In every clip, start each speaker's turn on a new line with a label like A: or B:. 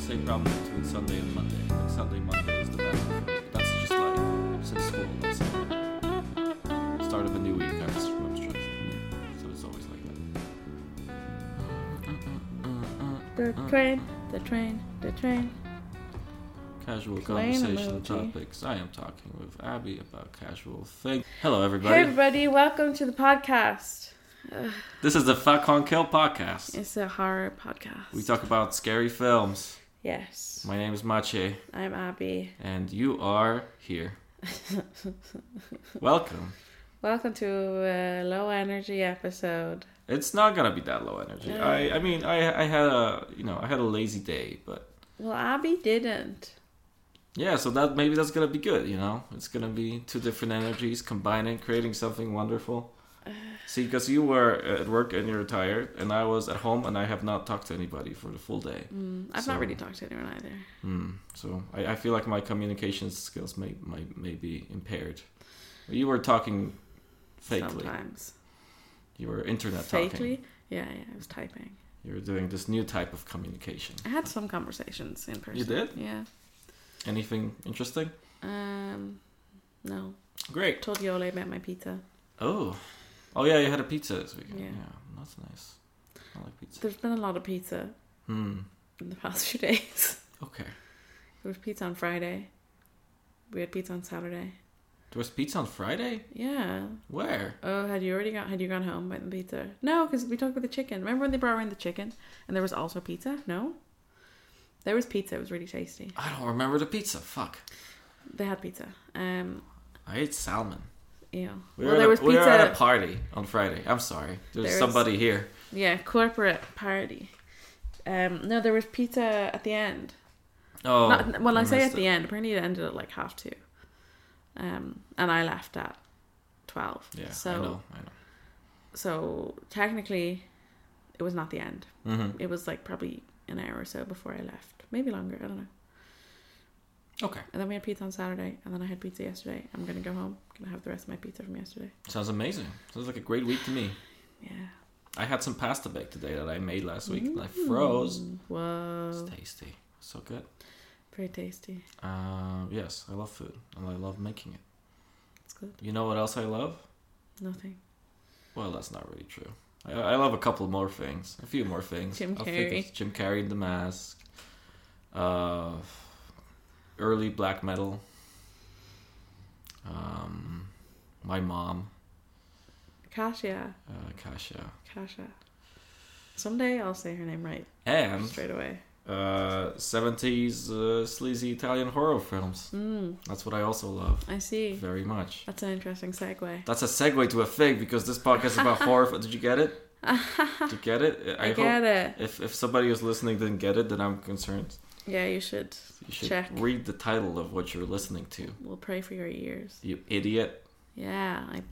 A: same problem between Sunday and Monday. Like Sunday, Monday is the best. But that's just like since school. That's like start of a new week. I was, I was stressed. So it's always like that.
B: The train, Uh, the train, the train.
A: Casual
B: Plain
A: conversation
B: emoji.
A: topics. I am talking with Abby about casual things. Hello, everybody.
B: Hey everybody, welcome to the podcast.
A: This is the Fuck on Kill podcast.
B: It's a horror podcast.
A: We talk about scary films.
B: yes,
A: My name is Mache,
B: I'm Abby.
A: and you are here. Welcome.
B: Welcome to a low energy episode.
A: It's not gonna be that low energy.
B: No.
A: I, I mean, I, I had a, you know, I had a lazy day, but
B: Well, Abby didn't.
A: yeah, so that maybe that's gonna be good. You know, it's gonna be two different energies combining, creating something wonderful. See, because you were at work and you're tired, and I was at home and I have not talked to anybody for the full day.
B: Mm, I've
A: So-
B: not really talked to anyone either.
A: Hmm. So I, I feel like my communication skills may, may, may be impaired. You were talking fakely.
B: Sometimes.
A: You were internet talking.
B: Fakely? Yeah, yeah, I was typing.
A: You were doing this new type of communication.
B: I had some conversations in person.
A: did?
B: Yeah.
A: Anything interesting?
B: Um, no.
A: Great.
B: told you all about my pizza.
A: Oh. Oh yeah, you had a pizza this weekend. Yeah,
B: Yeah.
A: that's nice. I like pizza.
B: There's been a lot of pizza
A: Hmm.
B: in the past few days.
A: Okay.
B: There was pizza on Friday. We had pizza on Saturday.
A: There was pizza on Friday?
B: Yeah.
A: Where?
B: Oh, had you already got? Had you gone home by the pizza? No, because we talked about the chicken. Remember when they brought around the chicken and there was also pizza? No. There was pizza. It was really tasty.
A: I don't remember the pizza. Fuck.
B: They had pizza. Um.
A: I ate salmon.
B: Yeah.
A: We
B: well,
A: were,
B: there
A: at,
B: was
A: a, we were at a
B: pizza.
A: party on Friday. I'm sorry. There's
B: There is-
A: somebody here.
B: yeah, corporate party. Um. No, there was pizza at the end.
A: Oh.
B: Not, well, I, say at
A: missed
B: the
A: it.
B: end. Apparently, it ended at like half two. Um, and I left at twelve.
A: Yeah.
B: So,
A: I know. I
B: so technically, it was not the end.
A: know. hmm
B: It was like probably an hour or so before I left, maybe longer. I don't know.
A: Okay.
B: And then we had pizza on Saturday, and then I had pizza yesterday. I'm gonna go home. gonna have the rest of my pizza from yesterday.
A: Sounds amazing. Sounds like a great week to me.
B: Yeah.
A: I had some pasta bake today that I made last week and I froze.
B: Mm, Whoa.
A: It's tasty. So good.
B: Very tasty.
A: Um, yes, I love food and I love making it.
B: It's good.
A: You know what else I love?
B: Nothing.
A: Well, that's not really true. I, I love a couple more things, a few more things.
B: Jim
A: I think
B: Carrey.
A: it's Jim Carrey in the Mask. Uh, early black metal. Um, my mom,
B: Kasia.
A: uh, Kasia,
B: Kasia. Someday I'll say her name right
A: and
B: straight away.
A: uh, seventies uh, sleazy Italian horror films.
B: Mm,
A: That's what I also love
B: I see.
A: very much.
B: That's an interesting segue.
A: That's a segue to a fig because this podcast is about horror. fi- Did you get it? Did you get it?
B: I, get it.
A: If if somebody who's listening didn't get it, then I'm concerned.
B: Yeah, you should.
A: You should
B: Check.
A: read the title of what you're listening to.
B: We'll pray for your ears.
A: You idiot!
B: Yeah, I.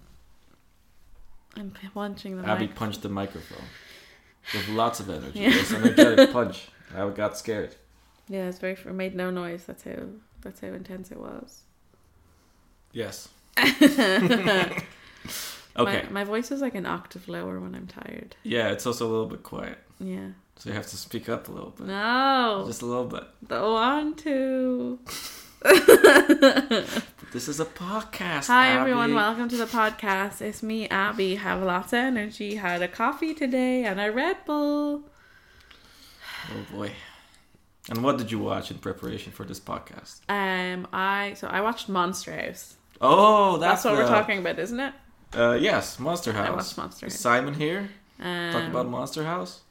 B: I'm p- punching the
A: Abby
B: mic.
A: punched the microphone with lots of energy.
B: Yeah.
A: It was an energetic punch. I got scared.
B: Yeah, it's very. It made no noise. That's how. That's how intense it was.
A: Yes.
B: okay.
A: Okay.
B: My, my voice is like an octave lower when I'm tired.
A: Yeah, it's also a little bit quiet,
B: Yeah.
A: so you have to speak up a little bit.
B: No.
A: Just a little bit.
B: Go on to.
A: But this is a podcast.
B: Hi
A: Abby.
B: everyone, welcome to the podcast. It's me, Abby. Have lots of energy. Had a coffee today and a Red Bull.
A: Oh boy. And what did you watch in preparation for this podcast?
B: Um, I so I watched Monster House.
A: Oh, that's,
B: That's, what
A: the-
B: we're talking about, isn't it?
A: Uh, yes, Monster House.
B: I watched Monster
A: Is
B: House.
A: Simon here?
B: Um,
A: Talk about Monster House.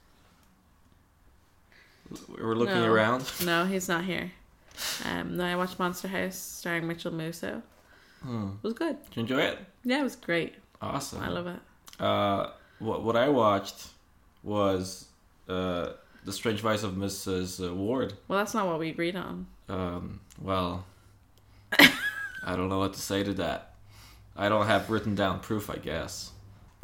A: We're looking
B: no.
A: around.
B: No, he's not here. Um, no, I watched Monster House starring Mitchell Musso. It
A: Hmm.
B: was good.
A: Did you enjoy it?
B: Yeah, it was great.
A: Awesome.
B: I love it.
A: Uh, what what I watched was uh, the Strange Vice of Mrs. Ward.
B: Well, that's not what we agreed on.
A: Um, well, I don't know what to say to that. I don't have written down proof. I guess.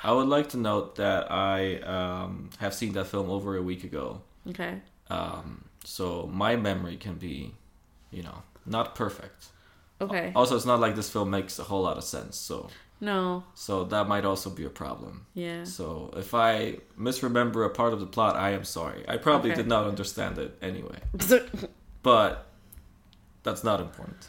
A: I would like to note that I um, have seen that film over a week ago.
B: Okay.
A: Um, so my memory can be, you know, not perfect.
B: Okay. Oh,
A: Also, it's not like this film makes a whole lot of sense. So
B: No.
A: So that might also be a problem.
B: Yeah.
A: So if I misremember a part of the plot, I am sorry. I probably
B: Okay.
A: did not understand it anyway. But that's not important.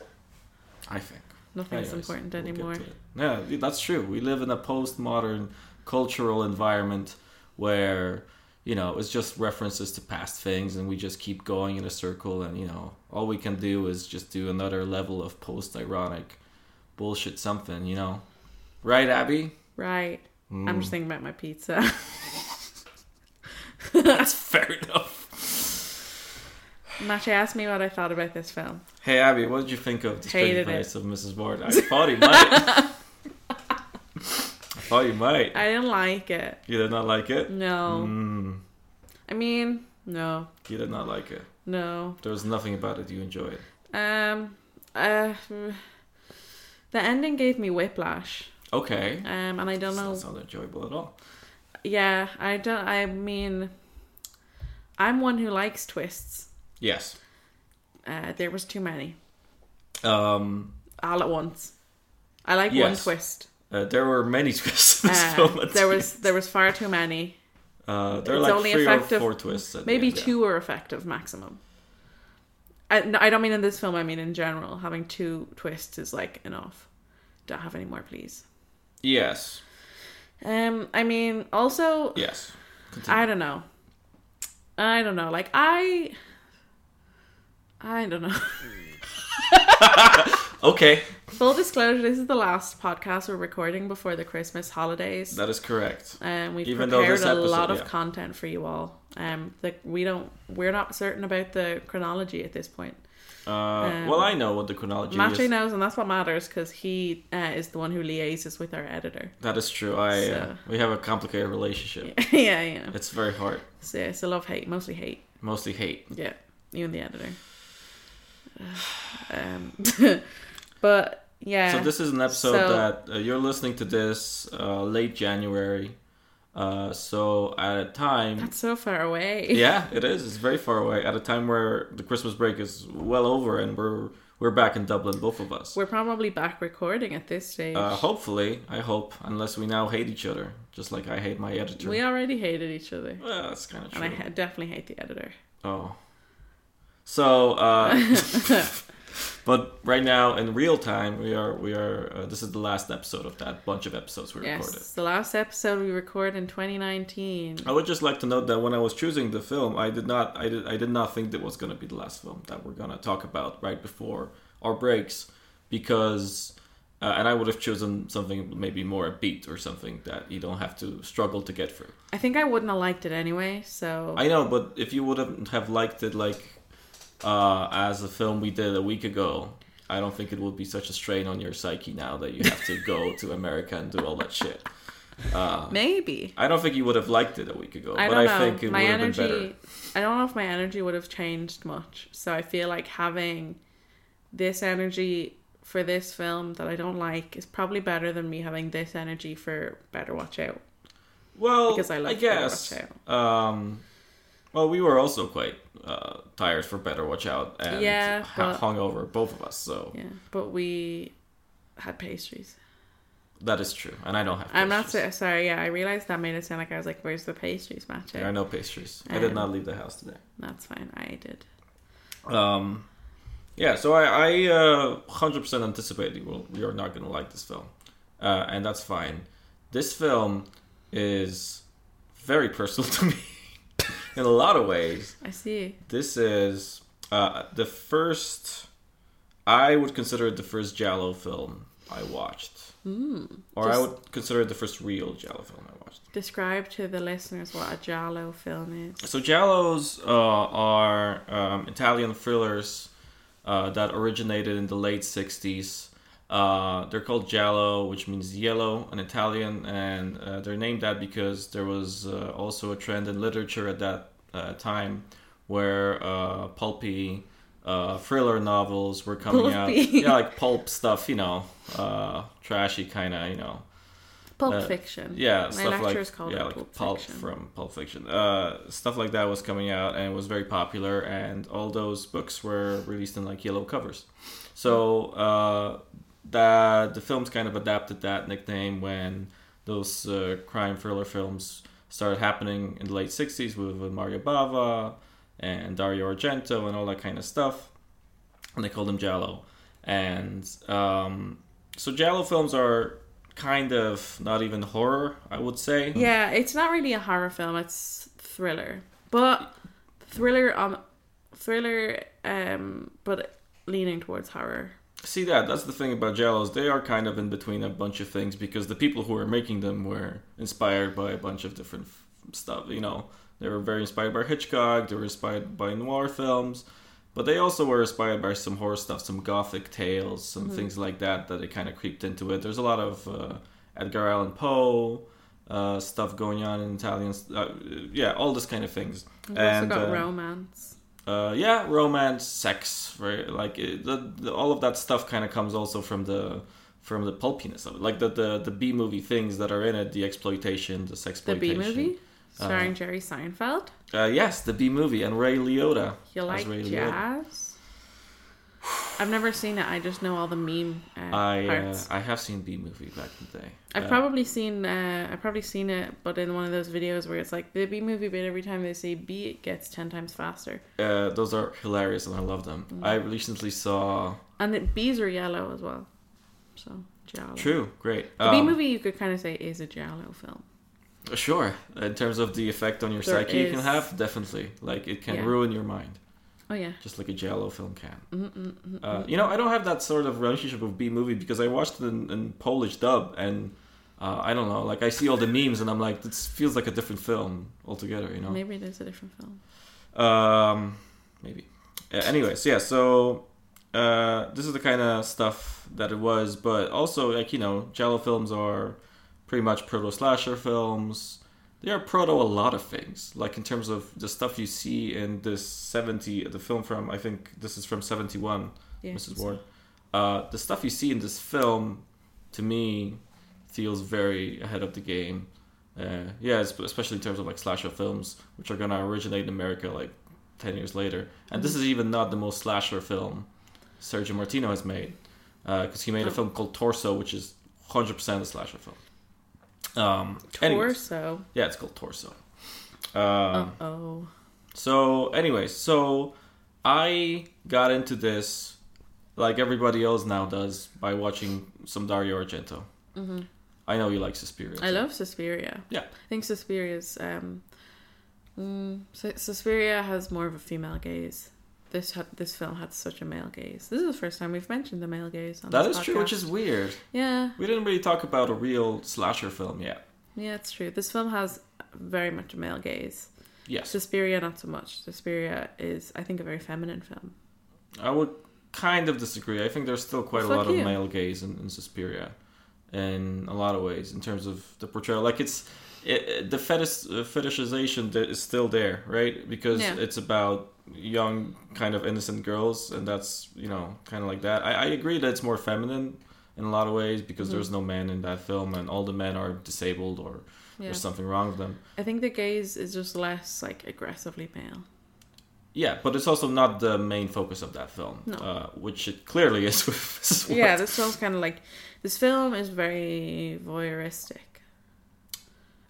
A: I think.
B: Nothing's
A: Anyways,
B: important
A: we'll get
B: anymore.
A: to it. Yeah, th- that's true. We live in a postmodern cultural environment where, you know, it's just references to past things and we just keep going in a circle and, you know, all we can do is just do another level of post ironic bullshit something, you know. Right, Abby? Mm.
B: Right. I'm just thinking about my pizza.
A: That's fair enough.
B: Matt asked me what I thought about this film.
A: Hey Abby, what did you think of the
B: Hated
A: Strange
B: it.
A: Place of Mrs. Ward? I thought you might. I thought you might.
B: I didn't like it.
A: You did not like it?
B: No.
A: Mm,
B: I mean, no.
A: you did not like it.
B: No.
A: There was nothing about it you enjoyed.
B: Um uh the ending gave me whiplash.
A: Okay.
B: Um and I don't
A: Does
B: know
A: not sound enjoyable at all.
B: Yeah, I don't I mean I'm one who likes twists.
A: Yes.
B: Uh there was too many.
A: Um,
B: All at once. I like one
A: Yes.
B: twist.
A: uh, there were many twists in this film.
B: Uh,
A: at
B: there
A: least.
B: was there was far too many.
A: Uh, there are
B: it's
A: like
B: only
A: three
B: effective-
A: or four twists. At the
B: Maybe
A: end, yeah.
B: two were effective maximum. I, no, I don't mean in this film. I mean in general. Having two twists is like enough. Don't have any more, please.
A: Yes.
B: Um, I mean, also,
A: Yes. Continue.
B: I don't know. I don't know. Like I, I don't know.
A: okay.
B: Full disclosure: this is the last podcast we're recording before the Christmas holidays.
A: That is correct.
B: Um, we've
A: Even though
B: prepared
A: this
B: a
A: episode-
B: lot of
A: yeah.
B: content for you all. Um, that we don't, we're not certain about the chronology at this point.
A: Uh,
B: Um,
A: well, I know what the chronology is.
B: Mache knows, and that's what matters because he uh, is the one who liaises with our editor.
A: That is true. I uh,
B: So-
A: we have a complicated relationship.
B: yeah, yeah.
A: It's very hard.
B: So it's a love hate, mostly hate.
A: Mostly hate.
B: Yeah, you and the editor. Um, but yeah,
A: So this is an episode
B: So-
A: that uh, you're listening to this uh, late January. Uh, so at a time,
B: that's so far away.
A: yeah, it is. It's very far away. At a time where the Christmas break is well over, and we're we're back in Dublin, both of us.
B: we're probably back recording at this stage.
A: Uh, hopefully, I hope, unless we now hate each other, just like I hate my editor.
B: we already hated each other,
A: well, that's kind of true.
B: and I ha- definitely hate the editor.
A: Oh. So, uh, but right now in real time, we are we are. Uh, this is the last episode of that bunch of episodes we
B: yes,
A: recorded.
B: the last episode we recorded in 2019.
A: I would just like to note that when I was choosing the film, I did not I did I did not think that was going to be the last film that we're going to talk about right before our breaks because. Uh, and I would have chosen something maybe more a beat or something that you don't have to struggle to get through.
B: I think I wouldn't have liked it anyway. So
A: I know, but if you wouldn't have liked it like uh, as a film we did a week ago, I don't think it would be such a strain on your psyche now that you have to go to America and do all that shit.
B: maybe
A: I don't think you would have liked it a week ago,
B: I
A: but I
B: don't know.
A: think it
B: my
A: would have
B: energy.
A: been better.
B: I don't know if my energy would have changed much. So I feel like having this energy for this film that I don't like is probably better than me having this energy for Better Watch Out.
A: Well,
B: because I
A: I,
B: like Better
A: guess.
B: Watch
A: Um, well, we were also quite uh, tired for Better Watch Out and
B: Yeah,
A: ha-
B: but-
A: hungover, both of us. So
B: Yeah, but we had pastries.
A: that is true, and I don't have.
B: I'm not
A: pastries.
B: so, sorry. Yeah, I realized that made it sound like I was like, "Where's the pastries, Matt?"
A: There are no pastries. I did
B: Um,
A: not leave the house today.
B: That's fine. I did.
A: Um, yeah, so I, I uh, 100% anticipate you will, you're not going to like this film. Uh, and that's fine. This film is very personal to me in a lot of ways.
B: I see.
A: This is uh, the first, I would consider it the first Jallo film I watched. or I
B: just-
A: would consider it the first real Jallo film I watched.
B: Describe to the listeners what a Jallo film is.
A: So giallos uh, are um, Italian thrillers uh, that originated in the late '60s. Uh, they're called giallo, which means yellow in Italian, and uh, they're named that because there was uh, also a trend in literature at that uh, time where uh, pulpy uh, thriller novels were coming out.
B: Pulpy.
A: Yeah, like pulp stuff, you know, uh, trashy kind of, you know.
B: Pulp
A: Uh,
B: Fiction.
A: Yeah,
B: My
A: stuff
B: lecturers
A: like
B: called
A: yeah,
B: it
A: like
B: Pulp Fiction.
A: from Pulp Fiction. Uh, stuff like that was coming out and it was very popular, and all those books were released in like yellow covers. So uh, the the films kind of adapted that nickname when those uh, crime thriller films started happening in the late 60s with, with Mario Bava and Dario Argento and all that kind of stuff. And they called them Giallo. And um, so Giallo films are kind of not even horror, I would say.
B: Yeah, it's not really a horror film, it's thriller. But thriller on thriller um but leaning towards horror.
A: See that? That's the thing about Jellos. They are kind of in between a bunch of things because the people who are making them were inspired by a bunch of different f- stuff. You know, they were very inspired by Hitchcock. They were inspired by noir films, but they also were inspired by some horror stuff, some gothic tales, some
B: Mm-hmm.
A: things like that. That it kind of creeped into it. There's a lot of uh, Edgar Allan Poe uh, stuff going on in Italian. Uh, yeah, all this kind of things.
B: We've also got
A: uh,
B: romance.
A: uh, yeah, romance, sex, very like it, the, the, all of that stuff kind of comes also from the from the pulpiness of it, like the the, the B movie things that are in it, the exploitation, Uh-huh. the sex
B: The B movie starring Jerry Seinfeld.
A: Uh, yes, the B movie and Ray Liotta.
B: You
A: as
B: like
A: Ray Liotta.
B: jazz? I've never seen it. I just know all the meme uh,
A: I uh,
B: parts.
A: I have seen B movie back in the day.
B: I've
A: Uh,
B: probably seen uh, I've probably seen it, but in one of those videos where it's like the B movie bit. Every time they say B, it gets ten times faster,
A: uh, those are hilarious and I love them.
B: Mm.
A: I recently saw
B: and it, B's are yellow as well. So giallo.
A: True, great.
B: The B
A: Um,
B: movie you could kind of say is a giallo film.
A: Sure, in terms of the effect on your
B: There
A: psyche, you can
B: is-
A: have definitely like it can
B: Yeah.
A: ruin your mind.
B: Oh yeah,
A: just like a Jello film can. Uh, you know, I don't have that sort of relationship with B movie because I watched it in, in Polish dub, and uh, I don't know, like I see all the memes, and I'm like, this feels like a different film altogether. You know,
B: maybe it is a different film.
A: um, maybe. Uh, anyways, yeah. So uh, this is the kind of stuff that it was, but also like you know, Jello films are pretty much proto slasher films. They are proto a lot of things, like in terms of the stuff you see in this seventy, the film from I think this is from seventy one.
B: Yeah.
A: Mrs. Ward. Uh, the stuff you see in this film, to me, feels very ahead of the game. Uh, yeah, es- especially in terms of like slasher films, which are gonna originate in America like ten years later. And
B: Mm-hmm.
A: this is even not the most slasher film Sergio Martino has made, because he made a
B: Oh.
A: film called Torso, which is hundred percent a slasher film. Um, anyways.
B: Torso.
A: yeah, it's called Torso. Um,
B: Uh oh.
A: so, anyways, so I got into this like everybody else now does by watching some Dario Argento.
B: Mhm.
A: I know you like Suspiria.
B: I
A: too.
B: love Suspiria.
A: Yeah.
B: I think Suspiria's um, mm, Su- Suspiria has more of a female gaze. This had this film had such a male gaze. This is the first time we've mentioned the male gaze on
A: That
B: this
A: is true, which is
B: podcast.
A: weird.
B: yeah,
A: We didn't really talk about a real slasher film yet.
B: yeah, it's true. This film has very much a male gaze.
A: Yes,
B: Suspiria not so much. Suspiria is I think a very feminine film.
A: I would kind of disagree. I think there's still quite a
B: Fuck
A: lot of
B: you.
A: male gaze in, in Suspiria, in a lot of ways, in terms of the portrayal. Like it's it, it- the fetish uh, fetishization that is still there, right? Because
B: Yeah.
A: it's about young, kind of innocent girls, and that's you know kind of like that. I, I agree that it's more feminine in a lot of ways
B: Mm-hmm.
A: because there's no men in that film, and all the men are disabled or
B: Yeah,
A: there's something wrong with them.
B: I think the gaze is just less like aggressively male.
A: Yeah, but it's also not the main focus of that film,
B: No.
A: uh, which it clearly is with Mrs. Ward.
B: Yeah, this film's kind of like this film is very voyeuristic.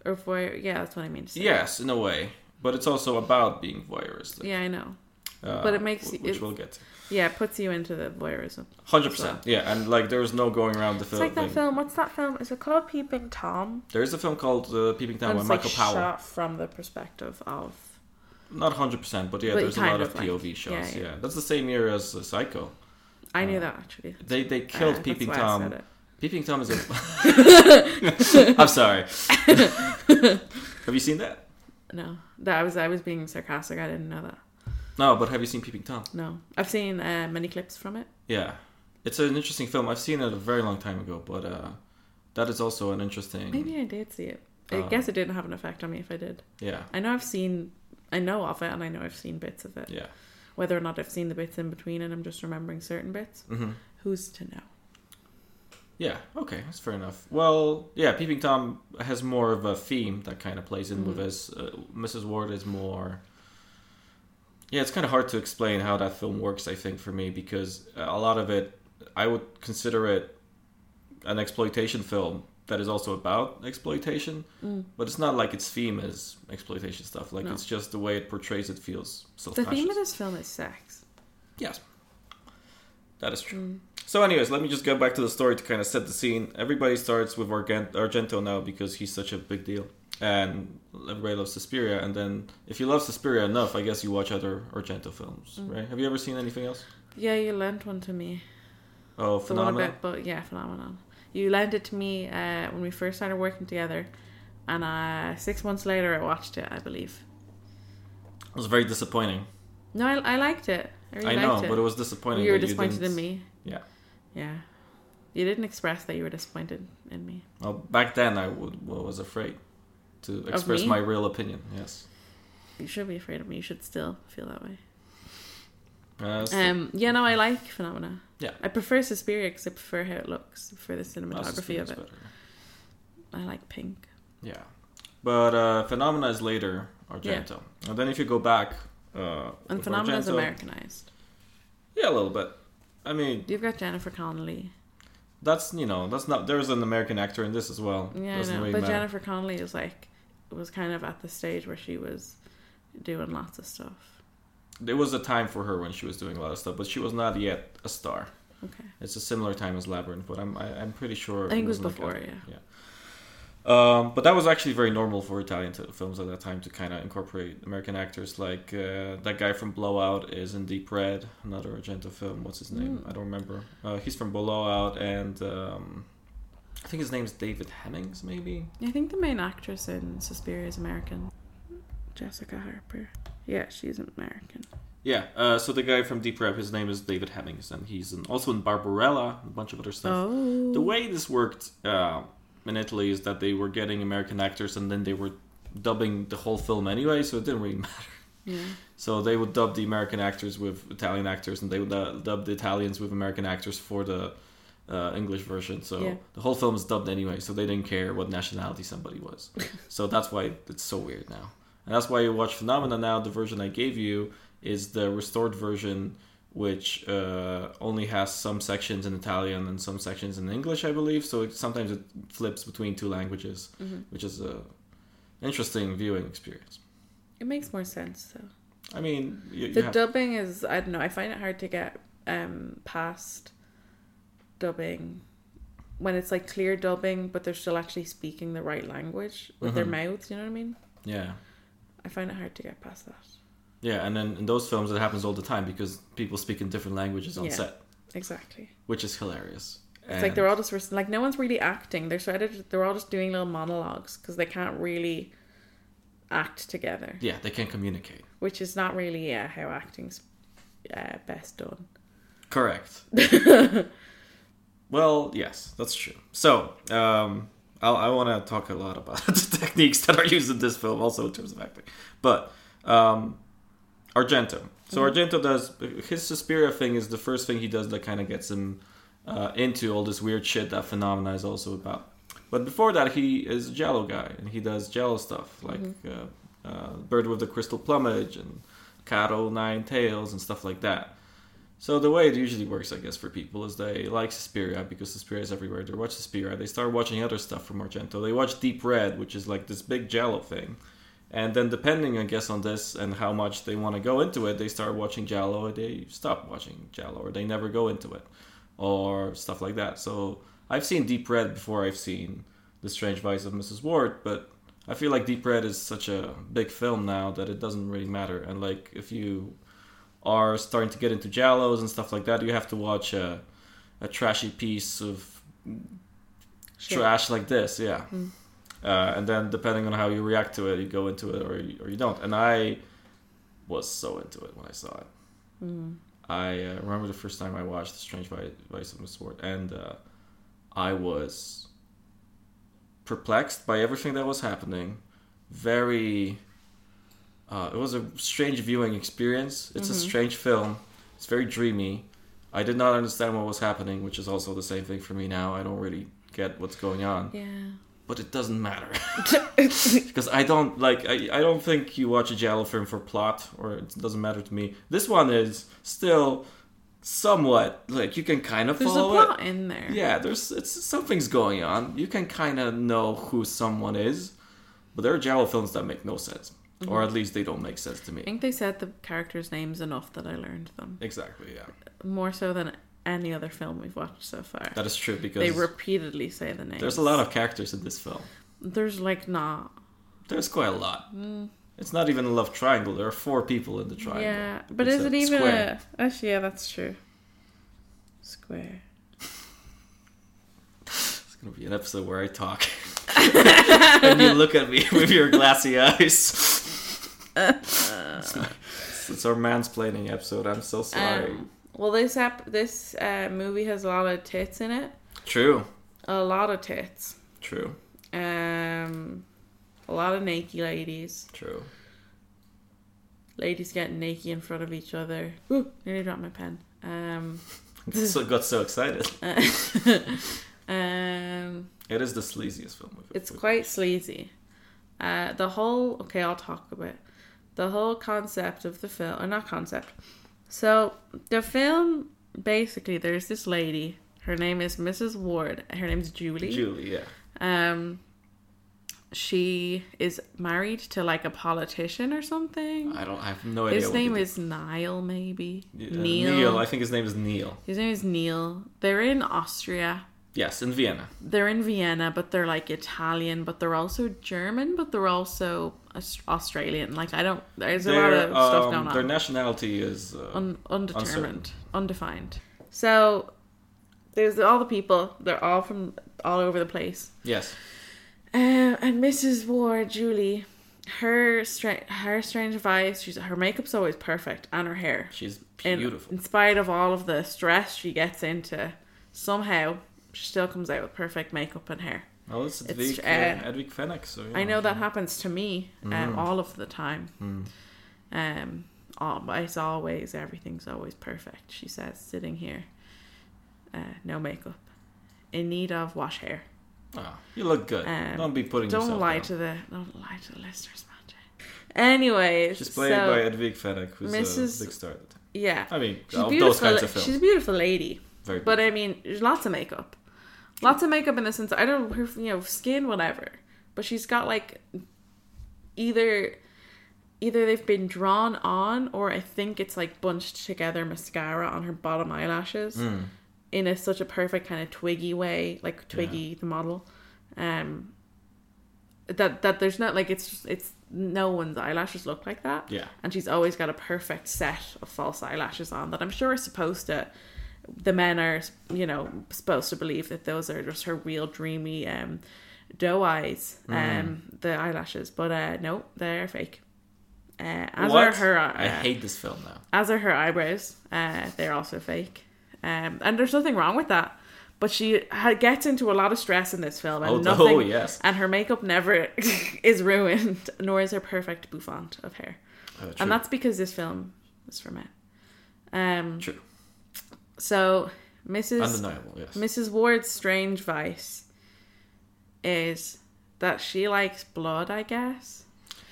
B: Or voyeur, yeah, that's what I mean to say.
A: Yes, in a way, but it's also about being voyeuristic.
B: Yeah, I know.
A: uh,
B: but it makes-
A: wh- which
B: it-
A: we'll get to.
B: Yeah, it puts you into the voyeurism.
A: hundred percent. Yeah, and like there is no going around the
B: It's
A: film.
B: like that
A: thing.
B: film. What's that film? Is it called Peeping Tom?
A: There is a film called uh, Peeping Tom by
B: it's
A: Michael
B: like
A: Powell.
B: shot from the perspective of.
A: Not hundred percent, but yeah,
B: But
A: there's a
B: kind
A: lot
B: of
A: of
B: like-
A: POV shots.
B: yeah,
A: yeah.
B: yeah.
A: that's the same year as uh, Psycho.
B: I
A: Uh,
B: knew that actually.
A: They they killed
B: Uh,
A: Peeping
B: that's why I
A: Tom.
B: said it.
A: Peeping Tom is a. I'm sorry. have you seen that?
B: No, that I was I was being sarcastic. I didn't know that.
A: No, but have you seen Peeping Tom?
B: No, I've seen uh, many clips from it.
A: Yeah, it's an interesting film. I've seen it a very long time ago, but uh, that is also an interesting.
B: Maybe I did see it. I
A: Mm. Uh,
B: guess it didn't have an effect on me if I did.
A: Yeah,
B: I know I've seen, I know of it, and I know I've seen bits of it.
A: yeah.
B: Whether or not I've seen the bits in between, and I'm just remembering certain bits,
A: hmm
B: who's to know?
A: Yeah, okay, that's fair enough. Well, yeah, Peeping Tom has more of a theme that kind of plays in with
B: Mhm.
A: this. Uh, Mrs. Ward is more. Yeah, it's kind of hard to explain how that film works, I think, for me, because a lot of it, I would consider it an exploitation film that is also about exploitation,
B: Mm.
A: but it's not like its theme is exploitation stuff. Like
B: No.
A: it's just the way it portrays it feels
B: The theme
A: self-conscious.
B: of this film is sex.
A: Yes. That is true.
B: Mm.
A: So, anyways, let me just go back to the story to kind of set the scene. Everybody starts with Argent- Argento now because he's such a big deal. And everybody loves Suspiria. And then, if you love Suspiria enough, I guess you watch other Argento films,
B: Mm.
A: right? Have you ever seen anything else?
B: Yeah, you lent one to me.
A: Oh,
B: The one
A: Phenomena?
B: about, but yeah, phenomenon. You lent it to me uh, when we first started working together, and uh, six months later I watched it, I believe.
A: It was very disappointing.
B: No, I, I liked it. I really
A: I know,
B: liked it.
A: but it was disappointing.
B: you were
A: that
B: disappointed
A: didn't-
B: in me.
A: Yeah.
B: Yeah, you didn't express that you were disappointed in me.
A: Well, back then, I would, well, was afraid to express
B: me?
A: my real opinion, yes.
B: You should be afraid of me. You should still feel that way.
A: Uh, so-
B: Um, yeah, no, I like Phenomena.
A: Yeah.
B: I prefer Suspiria because I prefer how it looks, for the
A: Mouse is
B: cinematography of it.
A: better.
B: I like pink.
A: Yeah. But uh, Phenomena is later Argento. And then if you go back. Uh,
B: And
A: with
B: Phenomena is
A: Argento-
B: Americanized.
A: Yeah, a little bit. I mean,
B: You've got Jennifer Connelly.
A: that's, you know, that's not. There's an American actor in this as well.
B: Yeah, I
A: Doesn't
B: know.
A: really
B: but
A: matter.
B: Jennifer Connelly is like was kind of at the stage where she was doing lots of stuff.
A: There was a time for her when she was doing a lot of stuff, but she was not yet a star.
B: Okay,
A: It's a similar time as Labyrinth, but I'm, I, I'm pretty sure.
B: I think it was
A: doesn't look
B: before.
A: at-
B: Yeah,
A: Um, but that was actually very normal for Italian t- films at that time to kind of incorporate American actors. Like uh, that guy from Blowout is in Deep Red, another Argento film. What's his name? I don't remember. Uh, he's from Blowout, and um, I think his name is David Hemmings, maybe.
B: I think the main actress in Suspiria is American. Jessica Harper. Yeah, she's American.
A: Yeah. Uh, so the guy from Deep Red, his name is David Hemmings, and he's in, also in Barbarella, and a bunch of other stuff.
B: Oh,
A: The way this worked uh, in Italy is that they were getting American actors, and then they were dubbing the whole film anyway, so it didn't really matter.
B: yeah.
A: So they would dub the American actors with Italian actors, and they would uh, dub the Italians with American actors for the uh, English version. So
B: Yeah.
A: the whole film is dubbed anyway, so they didn't care what nationality somebody was. so that's why it's so weird now, and that's why you watch Phenomena now. The version I gave you is the restored version, which uh, only has some sections in Italian and some sections in English, I believe. So it, sometimes it flips between two languages,
B: Mm-hmm.
A: which is a interesting viewing experience.
B: It makes more sense though.
A: I mean, you, you
B: The
A: have-
B: dubbing is I don't know, I find it hard to get um past dubbing when it's like clear dubbing but they're still actually speaking the right language with their
A: Mhm.
B: mouths, you know what I mean?
A: yeah.
B: I find it hard to get past that.
A: Yeah, and then in those films it happens all the time because people speak in different languages on
B: Yeah.
A: set,
B: Exactly.
A: which is hilarious.
B: It's like they're all just res- like no one's really acting. They're sort of they're all just doing little monologues because they can't really act together,
A: yeah, they can't communicate.
B: which is not really uh, how acting's uh, best done.
A: Correct. well, yes, that's true. So, um, I'll, I want to talk a lot about the techniques that are used in this film, also in terms of acting. But um, Argento. So Argento does his Suspiria thing is the first thing he does that kind of gets him uh, into all this weird shit that Phenomena is also about. But before that, he is a Jello guy, and he does Jello stuff like uh, uh, Bird with the Crystal Plumage and Cat O' Nine Tails and stuff like that. So the way it usually works, I guess, for people is they like Suspiria because Suspiria is everywhere. They watch Suspiria. They start watching other stuff from Argento. They watch Deep Red, which is like this big Jello thing. And then depending, I guess, on this and how much they want to go into it, they start watching Jello or they stop watching Jello or they never go into it or stuff like that. So I've seen Deep Red before I've seen The Strange Vice of Mrs. Ward, but I feel like Deep Red is such a big film now that it doesn't really matter. And like if you are starting to get into Jallos and stuff like that, you have to watch a, a trashy piece of
B: Shit.
A: trash like this, yeah. Uh, and then depending on how you react to it, you go into it or you, or you don't. And I was so into it when I saw it. I uh, remember the first time I watched The Strange Vi- Vice of Miss Ward, and uh, I was perplexed by everything that was happening. Very. Uh, it was a strange viewing experience. It's a strange film. It's very dreamy. I did not understand what was happening, which is also the same thing for me now. I don't really get what's going on,
B: Yeah.
A: but it doesn't matter because I don't like. I, I don't think you watch a Jello film for plot, or it doesn't matter to me. This one is still somewhat like you can kind of
B: There's a
A: follow it.
B: plot in there.
A: Yeah, there's it's something's going on. You can kind of know who someone is, but there are general films that make no sense, or
B: Mm-hmm.
A: at least they don't make sense to
B: I
A: me.
B: think they said the characters' names enough that I learned them.
A: Exactly. Yeah,
B: More so than any other film we've watched so far.
A: that is true
B: They
A: because
B: repeatedly say the names.
A: there's a lot of characters in this film.
B: There's like not.
A: There's quite a lot.
B: Mm.
A: It's not even a love triangle. There are four people in the triangle.
B: Yeah, but
A: It's
B: is
A: a
B: it even
A: square.
B: a? Actually, yeah, that's true. Square.
A: It's gonna be an episode where I talk and you look at me with your glassy eyes.
B: Uh,
A: it's, my- it's our mansplaining episode. I'm so sorry.
B: Um, well, this app, this uh, movie has a lot of tits in it.
A: true.
B: A lot of tits.
A: True.
B: Um, a lot of naked ladies.
A: True.
B: Ladies getting naked in front of each other. Ooh, nearly dropped my pen. Um,
A: so got so excited.
B: uh, um,
A: It is the sleaziest film we've
B: it's
A: we've-
B: quite sleazy. Uh, the whole okay, I'll talk about the whole concept of the film, or not concept. So the film basically, there's this lady. Her name is Mrs. Ward. Her name's Julie.
A: Julie, yeah.
B: Um, she is married to like a politician or something.
A: I don't I have no idea.
B: His
A: what
B: name
A: he-
B: is Niall, maybe.
A: Yeah,
B: Neil.
A: Neil. I think his name is Neil.
B: His name is Neil. They're in Austria.
A: Yes, in Vienna.
B: They're in Vienna, but they're like Italian, but they're also German, but they're also Aus- Australian. Like I don't. There's a lot
A: Their,
B: of stuff
A: um,
B: going on.
A: Their nationality is uh,
B: Un- undetermined,
A: Uncertain.
B: undefined. So there's all the people. They're all from all over the place.
A: yes.
B: Um, and Mrs. Ward, Julie, her stra- her strange advice. She's her makeup's always perfect, and her hair.
A: She's
B: In-
A: beautiful.
B: In, spite of all of the stress she gets into, somehow she still comes out with perfect makeup and hair.
A: Oh, it's, Edwig,
B: It's, uh,
A: uh, Edwig Fenech. So yeah. Mm.
B: I know that happens to me um, all of the time. Um, all, it's always everything's always perfect. She says, sitting here, uh, no makeup, in need of wash hair.
A: Ah, you look good.
B: Um,
A: don't be putting
B: Don't
A: yourself
B: lie
A: down.
B: to the don't lie to the listeners, Magic. Anyways,
A: She's played
B: so,
A: by Edwig Fenech, who's
B: Mrs.
A: a big star. at the time.
B: yeah,
A: I mean,
B: she's
A: of
B: beautiful.
A: those kinds of films.
B: She's a beautiful lady,
A: Very
B: but I mean, there's lots of makeup, lots of makeup in the sense I don't her you know skin whatever, but she's got like either either they've been drawn on or I think it's like bunched together mascara on her bottom eyelashes in a such a perfect kind of twiggy way, like Twiggy the model. Um that that there's not like it's just it's no one's eyelashes look like that.
A: Yeah.
B: And she's always got a perfect set of false eyelashes on that I'm sure are supposed to the men are you know supposed to believe that those are just her real dreamy um doe eyes um
A: Mm.
B: the eyelashes but uh no they're fake uh as
A: What?
B: are her uh,
A: I hate this film now.
B: as are her eyebrows. Uh, they're also fake. Um, and there's nothing wrong with that. But she ha- gets into a lot of stress in this film, and
A: Oh,
B: nothing.
A: oh, yes.
B: And her makeup never is ruined, nor is her perfect bouffant of hair.
A: Uh, true.
B: And that's because this film was for men. Um,
A: true.
B: so Mrs.
A: Undeniable. Yes.
B: Mrs. Ward's strange vice is that she likes blood, I guess.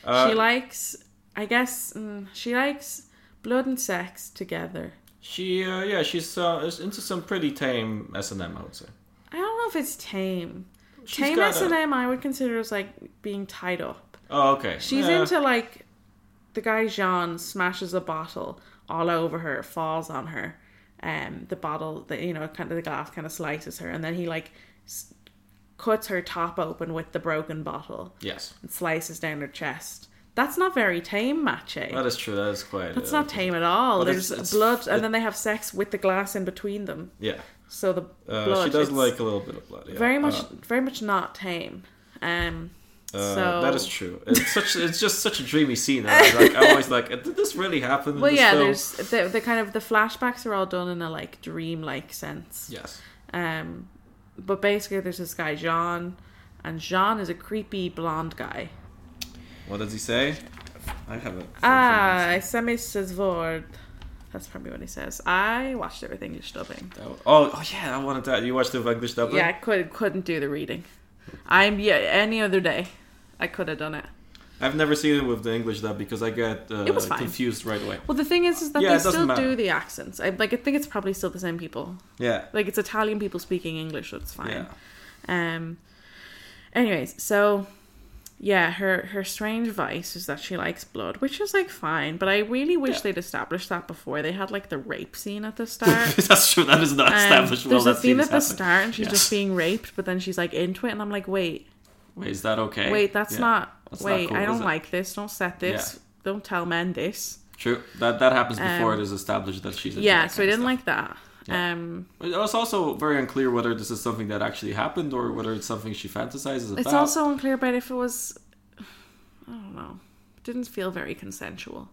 A: Uh,
B: she likes, I guess, mm, she likes blood and sex together.
A: She, uh, yeah, she's uh, is into some pretty tame S and M. I would say.
B: I don't know if it's tame.
A: She's
B: tame
A: got
B: S
A: a-
B: and M, I would consider as like being tied up.
A: Oh, okay.
B: She's
A: Yeah.
B: into like the guy Jean smashes a bottle all over her, falls on her, um, the bottle, the you know, kind of the glass kind of slices her, and then he like s- cuts her top open with the broken bottle
A: Yes,
B: and slices down her chest. That's not very tame, Mache.
A: that is true. That is quite.
B: That's
A: uh,
B: not tame at all.
A: But
B: There's
A: it's- it's-
B: blood,
A: it-
B: and then they have sex with the glass in between them.
A: Yeah,
B: So the
A: uh,
B: blood.
A: she does
B: it's-
A: like a little bit of blood. Yeah.
B: very much
A: Uh,
B: very much not tame um
A: uh,
B: so
A: that is true. It's such. It's just such a dreamy scene. that I, like, I always like. Did this really happen? In
B: well
A: this
B: yeah
A: film?
B: there's the, the kind of the flashbacks are all done in a like dream like sense
A: Yes.
B: um but basically there's this guy jean and jean is a creepy blonde guy
A: What does he say? I have it.
B: ah i says word that's probably what he says i watched it with english dubbing
A: Oh, oh yeah, I wanted that. You watched the English dubbing.
B: yeah i could, couldn't do the reading i'm yeah any other day i could have done it
A: I've never seen it with the English dub because I get uh,
B: It was fine.
A: confused right away.
B: Well, the thing is, is that
A: Yeah, it
B: they
A: doesn't
B: still
A: matter.
B: do the accents. I like. I think it's probably still the same people.
A: Yeah.
B: Like it's Italian people speaking English. That's fine.
A: Yeah.
B: Um. Anyways, so yeah, her her strange vice is that she likes blood, which is like fine. But I really wish
A: Yeah.
B: they'd established that before. They had like the rape scene at the start.
A: that's true. That is not
B: Um,
A: established. Well,
B: there's a
A: that
B: scene
A: scene
B: at
A: is
B: the
A: happening.
B: start, and she's
A: Yes.
B: just being raped, but then she's like into it, and I'm like, wait,
A: Wait, is that okay?
B: wait, that's
A: Yeah.
B: not.
A: That's not
B: wait,
A: cool,
B: I
A: is
B: don't
A: it?
B: like this. Don't set this. Don't tell men this.
A: True. That that happens before
B: Um,
A: it is established that she's. into
B: yeah,
A: that
B: so
A: kind
B: I
A: of
B: didn't
A: stuff.
B: like that.
A: Yeah.
B: Um,
A: But It was also very unclear whether this is something that actually happened or whether it's something she fantasizes about.
B: it's also unclear about if it was. I don't know. It didn't feel very consensual.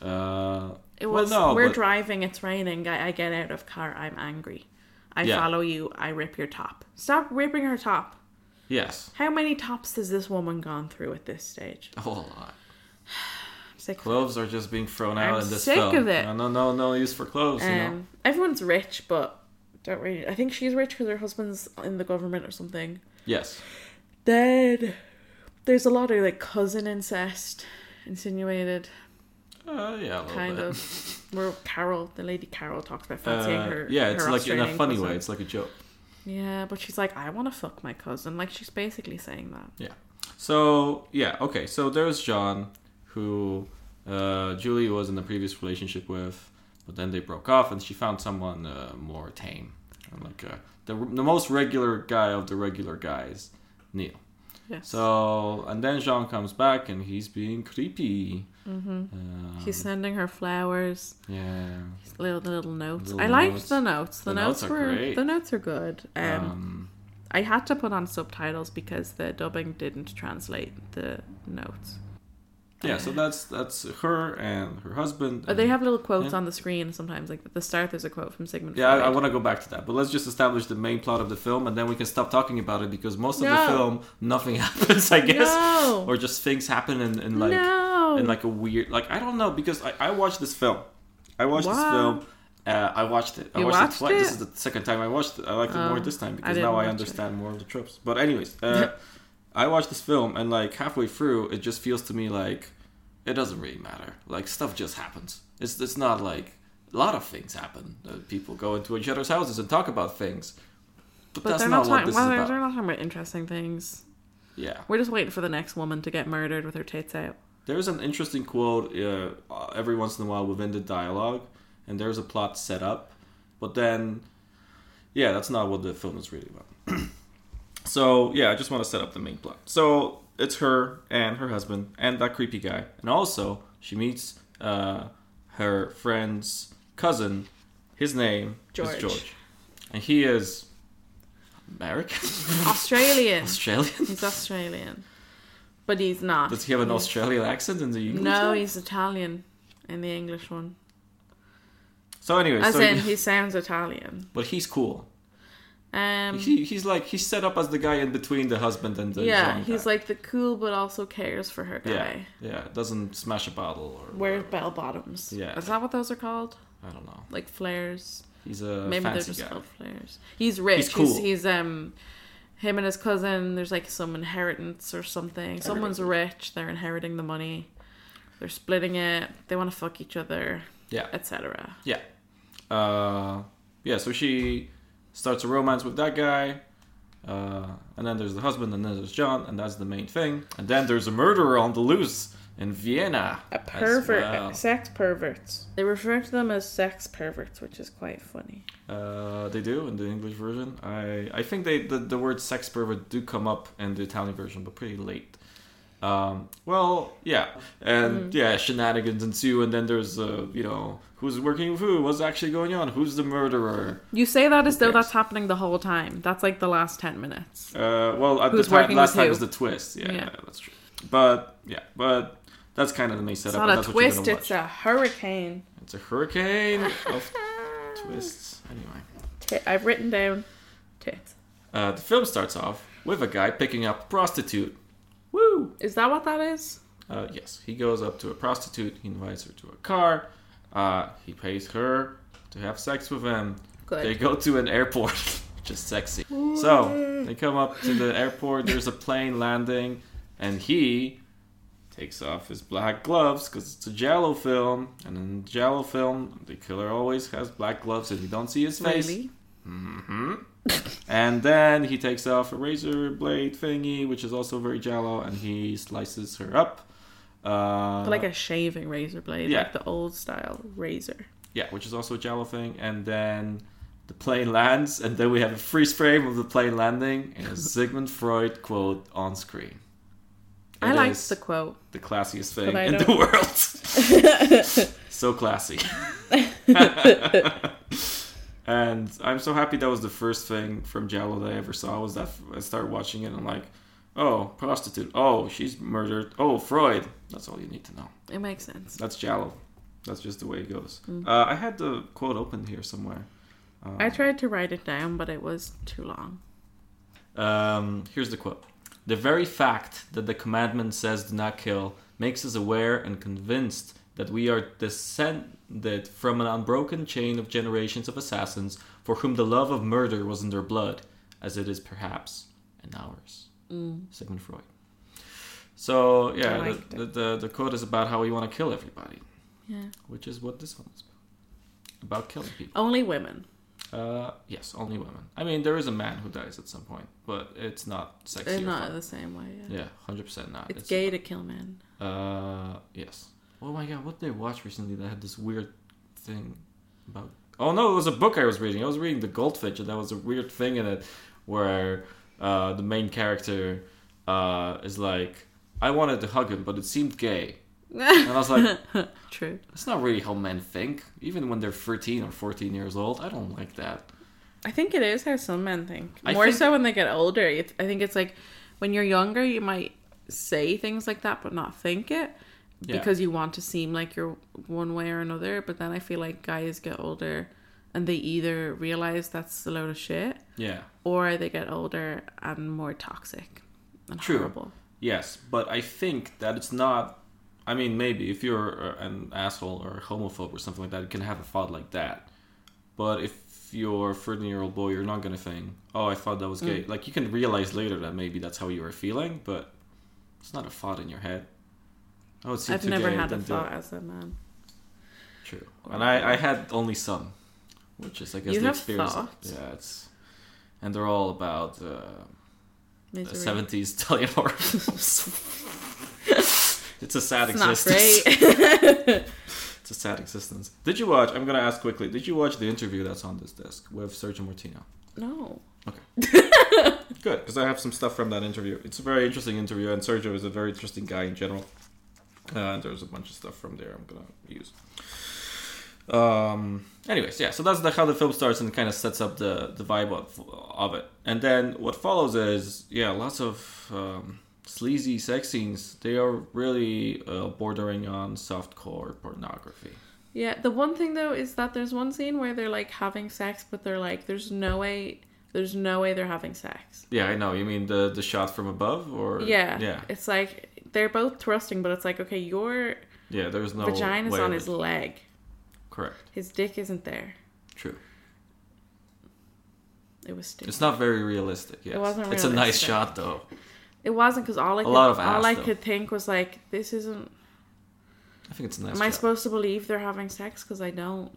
A: Uh,
B: It
A: Well,
B: was.
A: no,
B: we're
A: but-
B: driving. It's raining. I, I get out of car. I'm angry. I
A: Yeah.
B: follow you. I rip your top. Stop ripping her top.
A: yes,
B: How many tops has this woman gone through at this stage?
A: a whole lot.
B: I'm sick of
A: Cloves are just being thrown out
B: I'm
A: in this
B: sick
A: film.
B: of it.
A: No, no, no, no use for cloves. you know.
B: Um, everyone's rich, but don't really. I think she's rich because her husband's in the government or something.
A: Yes.
B: Then there's a lot of like cousin incest insinuated,
A: Uh, yeah, a little
B: kind
A: bit.
B: of. Where Carol, the lady Carol, talks about fancying
A: Uh,
B: her.
A: yeah,
B: her
A: it's like in a
B: Australian
A: funny
B: cousin.
A: way. It's like a joke.
B: Yeah, but she's like, I want to fuck my cousin. Like she's basically saying that.
A: So yeah, okay. So there's John, who uh, Julie was in a previous relationship with, but then they broke off, and she found someone uh, more tame, and like uh, the the most regular guy of the regular guys, Neil.
B: Yes.
A: So and then Jean comes back and he's being creepy.
B: hmm
A: Um,
B: He's sending her flowers,
A: yeah.
B: his little the little notes.
A: Little
B: I liked
A: notes.
B: the notes. The,
A: The
B: notes,
A: notes are
B: were
A: great.
B: the notes are good. um
A: Um,
B: I had to put on subtitles because the dubbing didn't translate the notes.
A: yeah. So that's that's her and her husband.
B: But Uh, they
A: and-
B: have little quotes
A: yeah.
B: on the screen sometimes. Like at the start, there's a quote from Sigmund
A: Yeah, I, I
B: Freud.
A: want to go back to that, but let's just establish the main plot of the film, and then we can stop talking about it because most of
B: No.
A: the film nothing happens, I guess,
B: No.
A: or just things happen in, in like
B: no.
A: in like a weird like I don't know because I, I watched this film, I watched this
B: What?
A: film, uh, I watched it, I
B: You
A: watched,
B: watched
A: it twice. This
B: it?
A: is the second time I watched it. I liked it
B: Oh,
A: more this time because
B: didn't
A: now I
B: watch it.
A: understand more of the tropes. But anyways, uh, I watched this film, and like halfway through, it just feels to me like it doesn't really matter. Like stuff just happens. It's it's not like a lot of things happen. Uh, people go into each other's houses and talk about things, but,
B: but
A: that's
B: they're
A: not, what
B: not, talking.
A: this
B: Well,
A: is
B: they're,
A: about.
B: they're not talking about interesting things.
A: Yeah,
B: We're just waiting for the next woman to get murdered with her tits out.
A: there's an interesting quote uh, uh, every once in a while within the dialogue, and there's a plot set up, but then, yeah, that's not what the film is really about. so yeah, I just want to set up the main plot. So it's her and her husband and that creepy guy, and also she meets uh, her friend's cousin. His name
B: George.
A: is George, and he is American,
B: Australian.
A: Australian.
B: he's Australian, but he's not.
A: Does he have an Australian accent in the English?
B: No,
A: one?
B: he's Italian in the English one.
A: So anyway,
B: As
A: so
B: in, he sounds Italian.
A: but he's cool.
B: Um,
A: He, he's like he's set up as the guy in between the husband and the
B: yeah,
A: young
B: he's
A: guy.
B: like the cool but also cares for her guy.
A: yeah yeah doesn't smash a bottle or
B: Wear
A: whatever.
B: bell bottoms.
A: Yeah.
B: Is that what those are called?
A: I don't know
B: Like flares?
A: he's a
B: Maybe they're
A: fancy
B: just
A: guy
B: called flares. He's rich. He's
A: He's cool.
B: He's, um him and his cousin, there's like some inheritance or something. Someone's rich, they're inheriting the money. They're splitting it. They want to fuck each other,
A: yeah
B: etc.
A: yeah uh, yeah so she starts a romance with that guy uh, and then there's the husband and then there's John and that's the main thing and then there's a murderer on the loose in Vienna
B: A
A: as
B: pervert,
A: well.
B: sex perverts. They refer to them as sex perverts, which is quite funny.
A: Uh, they do in the English version. I I think they the, the word sex pervert do come up in the Italian version, but pretty late. Um, well, yeah, and
B: Mm-hmm.
A: yeah, shenanigans ensue, and then there's uh, you know who's working with who, what's actually going on, who's the murderer.
B: You say that as though
A: cares?
B: that's happening the whole time. That's like the last 10 minutes.
A: Uh, well, at
B: Who's
A: the time,
B: working
A: last
B: with
A: time
B: who?
A: was the twist. Yeah,
B: Yeah.
A: yeah, that's true. But yeah, but that's kind of the main
B: It's
A: setup.
B: not
A: and
B: a
A: that's what you're
B: twist,
A: gonna
B: it's
A: watch.
B: a hurricane.
A: it's a hurricane of twists. Anyway.
B: Ti- I've written down tits.
A: Uh, the film starts off with a guy picking up a prostitute. Woo!
B: Is that what that is?
A: Uh, yes, he goes up to a prostitute. He invites her to a car. Uh, he pays her to have sex with him.
B: Good.
A: They go to an airport, just sexy. So they come up to the airport. There's a plane landing, and he takes off his black gloves because it's a Jello film, and in the Jello film, the killer always has black gloves and you don't see his face.
B: Really?
A: hmm and then he takes off a razor blade thingy, which is also very Jello, and he slices her up. Uh,
B: But like a shaving razor blade,
A: yeah.
B: like the old style razor.
A: yeah, which is also a Jello thing, and then. The plane lands, and then we have a freeze frame of the plane landing, and a Sigmund Freud quote on screen.
B: I
A: It
B: liked
A: is-
B: the quote.
A: the classiest thing
B: I
A: in the
B: don't-
A: world. so classy. and I'm so happy that was the first thing from Jello that I ever saw. Was that I started watching it and I'm like, oh, prostitute. Oh, she's murdered. Oh, Freud. That's all you need to know.
B: It makes sense.
A: That's Jello. That's just the way it goes.
B: Mm.
A: Uh, I had the quote open here somewhere. Um,
B: I tried to write it down, but it was too long.
A: Um, here's the quote The very fact that the commandment says do not kill makes us aware and convinced that we are descended from an unbroken chain of generations of assassins for whom the love of murder was in their blood, as it is perhaps in ours.
B: Mm.
A: Sigmund Freud. So, yeah,
B: I liked
A: the, the, the, the quote is about how we want to kill everybody,
B: Yeah.
A: which is what this one is about. About killing people.
B: Only women.
A: Uh, yes, only women. I mean, there is a man who dies at some point, but it's not sexy.
B: They're
A: or
B: not
A: fun.
B: the same way. Yeah.
A: Yeah, hundred percent not.
B: It's gay to kill men.
A: Uh, yes. Oh my god, what did I watch recently that had this weird thing about? Oh no, it was a book I was reading. I was reading The Goldfinch, and there was a weird thing in it where uh, the main character uh, is like, I wanted to hug him, but it seemed gay, and I was like,
B: True.
A: that's not really how men think, even when they're thirteen or fourteen years old. I don't like that.
B: I think it is how some men think.
A: I
B: More
A: think-
B: so when they get older. It's, I think it's like when you're younger, you might say things like that, but not think it
A: Yeah.
B: because you want to seem like you're one way or another. But then I feel like guys get older and they either realize that's a load of shit
A: Yeah.
B: or they get older and more toxic and
A: True.
B: horrible.
A: Yes, but I think that it's not. I mean, maybe if you're uh, an asshole or a homophobe or something like that, you can have a thought like that. But if you're a 13 year old boy, you're not going to think, oh, I thought that was
B: Mm.
A: gay. Like, you can realize later that maybe that's how you were feeling, but it's not a thought in your head. Oh, it's
B: I've never had a
A: then do it.
B: thought as a man.
A: True. And I, I had only some, which is, I guess,
B: You
A: the
B: have
A: experience.
B: thoughts.
A: Yeah, it's. And they're all about uh, the
B: Misery.
A: 70s Italian horror films. it's a sad
B: It's not
A: existence.
B: great.
A: It's a sad existence. Did you watch? I'm gonna ask quickly. Did you watch the interview that's on this desk with Sergio Martino?
B: no.
A: Good, because I have some stuff from that interview. It's a very interesting interview, and Sergio is a very interesting guy in general. Uh, there's a bunch of stuff from there I'm gonna use. Um. Anyways, yeah. So that's the, how the film starts and kind of sets up the the vibe of, of it. And then what follows is yeah, lots of um, sleazy sex scenes. They are really uh, bordering on softcore pornography.
B: Yeah, the one thing though is that there's one scene where they're like having sex, but they're like, there's no way, there's no way they're having sex.
A: Yeah, I know. You mean the the shot from above, or
B: Yeah.
A: yeah,
B: It's like they're both thrusting, but it's like, okay, your
A: yeah. There's no
B: vagina's
A: way
B: on
A: of-
B: his leg.
A: correct.
B: His dick isn't there.
A: True.
B: It was stupid.
A: It's not very realistic. Yes,
B: wasn't
A: it's a nice
B: realistic.
A: shot though.
B: It wasn't because all I could,
A: lot of ass,
B: all I
A: though.
B: could think was like, this isn't.
A: I think it's a nice.
B: am I
A: shot.
B: supposed to believe they're having sex? Because I don't.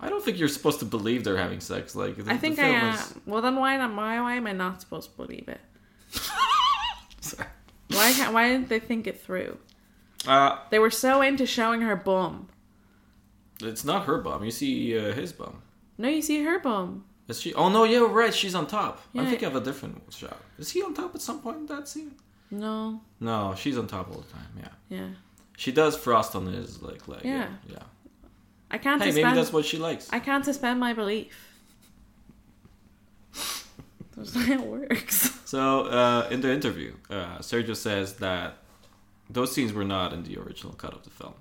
A: I don't think you're supposed to believe they're having sex. Like the,
B: I think
A: the
B: I uh,
A: film
B: am.
A: is-
B: Well, then why am I? Why am I not supposed to believe it?
A: Sorry.
B: Why can't? Why didn't they think it through?
A: Uh,
B: They were so into showing her bum.
A: it's not her bum. You see uh, his bum.
B: No, you see her bum.
A: Is she? Oh no, yeah, right. She's on top. I
B: Yeah.
A: think I have a different shot. Is he on top at some point in that scene?
B: No.
A: No, she's on top all the time. Yeah,
B: Yeah.
A: she does frost on his like leg.
B: Yeah.
A: yeah.
B: I can't
A: yeah. Hey, maybe
B: suspend.
A: that's what she likes.
B: I can't suspend my belief. That's not how it works.
A: So uh, in the interview, uh, Sergio says that those scenes were not in the original cut of the film,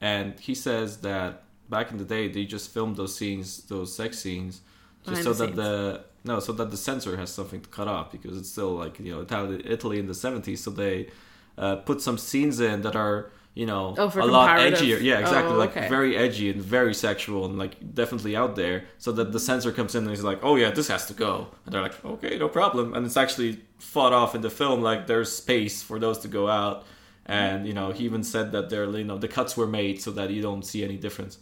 A: and he says that back in the day they just filmed those scenes, those sex scenes, just
B: Behind
A: so
B: the
A: that the no, so that the censor has something to cut off because it's still like you know Italy, Italy in the seventies, so they uh, put some scenes in that are you know
B: Oh, for
A: a lot
B: comparative.
A: edgier, yeah, exactly,
B: Oh,
A: like
B: okay.
A: very edgy and very sexual and like definitely out there. So that the censor comes in and he's like, "Oh yeah, this has to go," and they're like, "Okay, no problem." And it's actually fought off in the film like there's space for those to go out, and you know he even said that they're you know the cuts were made so that you don't see any difference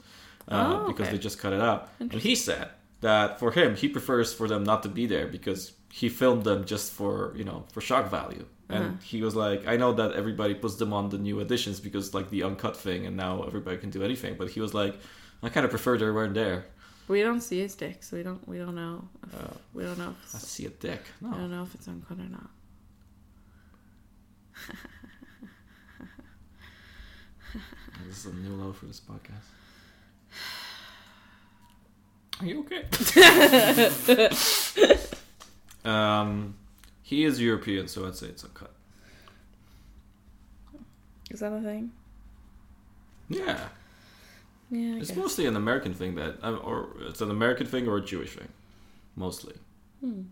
A: uh,
B: Oh,
A: because
B: okay.
A: they just cut it out and he said that for him he prefers for them not to be there because he filmed them just for you know for shock value and
B: Uh-huh.
A: he was like i know that everybody puts them on the new editions because like the uncut thing and now everybody can do anything but he was like i kind of prefer they weren't there
B: We don't see his dick, so we don't we don't know. If,
A: Oh.
B: we don't know. If
A: i
B: it's,
A: see a dick
B: I
A: no
B: don't know if it's uncut or not.
A: this is a new low for this podcast are you okay um he is european so i'd say it's uncut
B: Is that a thing?
A: yeah
B: Yeah. I
A: It's
B: guess.
A: mostly an American thing that, um, or it's an American thing or a Jewish thing, mostly.
B: Hmm.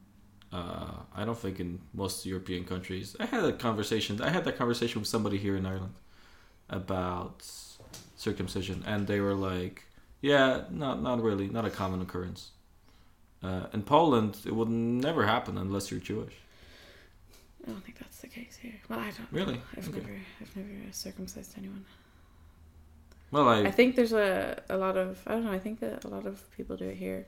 A: Uh, I don't think in most European countries. I had a conversation. I had that conversation with somebody here in Ireland about circumcision, and they were like, "Yeah, not not really, not a common occurrence." Uh, in Poland, it would never happen unless you're Jewish.
B: I don't think that's the case here. Well, I don't. know.
A: Really?
B: I've
A: Okay.
B: never I've never uh, circumcised anyone.
A: Well, I,
B: I think there's a a lot of I don't know. I think that a lot of people do it here.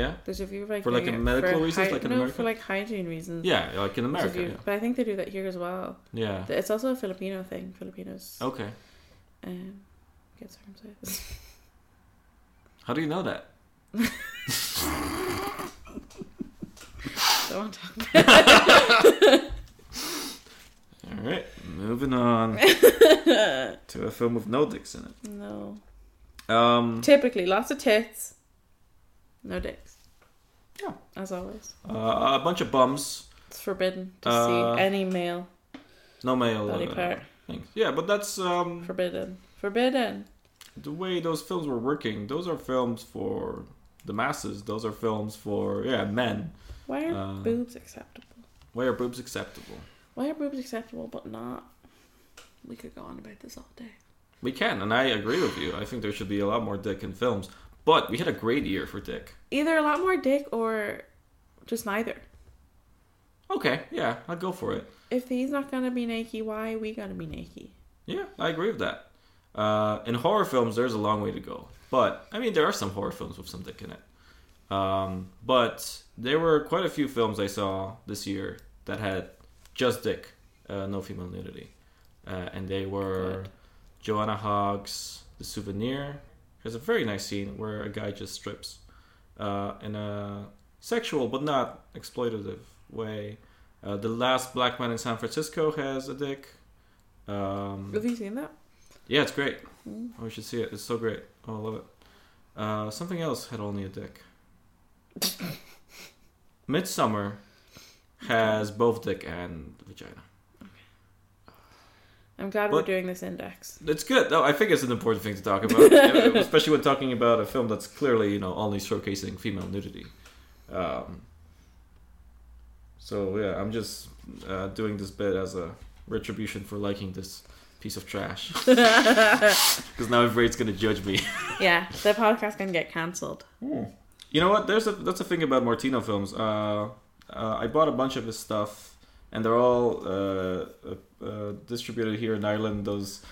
A: yeah,
B: There's a few like
A: For, like,
B: doing
A: a
B: it
A: medical
B: for
A: reasons,
B: hy-
A: like in
B: no,
A: America?
B: for like hygiene reasons.
A: yeah, like in
B: There's a
A: America,
B: few- But I think they do that here as well.
A: yeah. yeah.
B: It's also a Filipino thing. Filipinos
A: Okay,
B: um, get circumcised.
A: how do you know that?
B: don't want to talk.
A: All right, moving on to a film with no dicks in it.
B: No.
A: Um,
B: Typically, lots of tits, no dicks.
A: Yeah.
B: As always,
A: uh, a bunch of bums,
B: it's forbidden to
A: Uh,
B: see any male
A: no male.
B: body
A: uh,
B: part.
A: things. Yeah, but that's um,
B: Forbidden. Forbidden.
A: the way those films were working. Those are films for the masses. Those are films for yeah men.
B: Why are
A: Uh,
B: boobs acceptable?
A: Why are boobs acceptable?
B: Why are boobs acceptable but not? We could go on about this all day.
A: We can, and I agree with you. I think there should be a lot more dick in films. But we had a great year for dick.
B: Either a lot more dick or just neither.
A: Okay, yeah, I'll go for it.
B: If he's not gonna be naked, why we gonna be naked?
A: Yeah, I agree with that. Uh, in horror films, there's a long way to go, but I mean, there are some horror films with some dick in it. Um, but there were quite a few films I saw this year that had just dick, uh, no female nudity, uh, and they were
B: Good.
A: Joanna Hogg's *The Souvenir*. Has a very nice scene where a guy just strips uh, in a sexual but not exploitative way. Uh, the last black man in San Francisco has a dick. Um,
B: Have you seen that?
A: yeah, it's great.
B: Mm.
A: Oh, you should see it. It's so great. Oh, I love it. Uh, something else had only a dick. Midsummer has both dick and vagina.
B: I'm glad
A: But-
B: we're doing this index.
A: It's good. No, I think it's an important thing to talk about, especially when talking about a film that's clearly, you know, only showcasing female nudity. Um, so yeah, I'm just uh, doing this bit as a retribution for liking this piece of trash because now everybody's gonna judge me.
B: Yeah, the podcast gonna get cancelled.
A: Hmm. You know what? There's a that's a thing about Martino films. Uh, uh, I bought a bunch of his stuff, and they're all uh, uh, uh, distributed here in Ireland. Those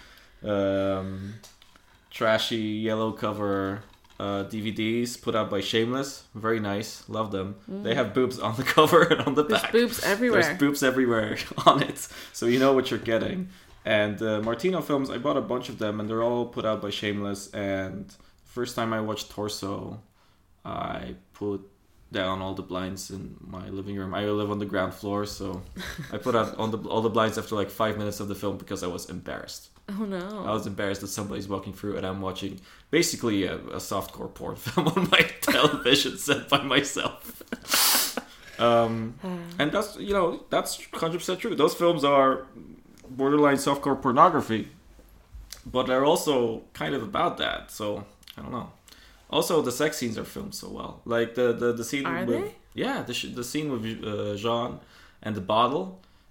A: um, trashy yellow cover uh, DVDs put out by Shameless. Very nice, love them. They have boobs on the cover and on the
B: Mm-hmm. There's
A: back.
B: boobs everywhere.
A: There's boobs everywhere on it, so you know what you're
B: Mm.
A: getting. And uh, Martino films, I bought a bunch of them, and they're all put out by Shameless. And first time I watched Torso, I put down all the blinds in my living room. I live on the ground floor, so I put out on the all the blinds after like five minutes of the film because I was embarrassed.
B: oh no.
A: I was embarrassed that somebody's walking through and I'm watching basically a, a softcore porn film on my television set by myself. um,
B: Ah.
A: and that's you know that's hundred percent true. Those films are borderline softcore pornography, but they're also kind of about that. So I don't know. Also, the sex scenes are filmed so well. Like the the, the scene
B: Are
A: with
B: they?
A: yeah the, sh- the scene with uh, Jean and the bottle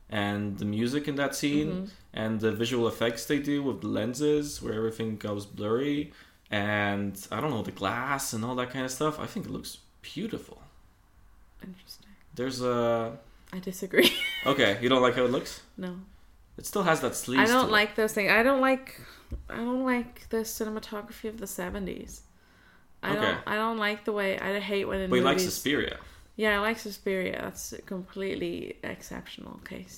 A: and the music in that scene
B: Mhm.
A: and the visual effects they do with the lenses where everything goes blurry and I don't know the glass and all that kind of stuff. I think it looks beautiful.
B: Interesting.
A: There's a
B: I disagree.
A: Oh, okay. You don't like how it looks?
B: no.
A: It still has that sleaze.
B: I
A: to
B: don't
A: it.
B: like those things. I don't like I don't like the cinematography of the seventies. I don't
A: Okay.
B: I don't like the way I hate when in
A: But he likes
B: movies.
A: Suspiria.
B: yeah, I like Suspiria. That's a completely exceptional case.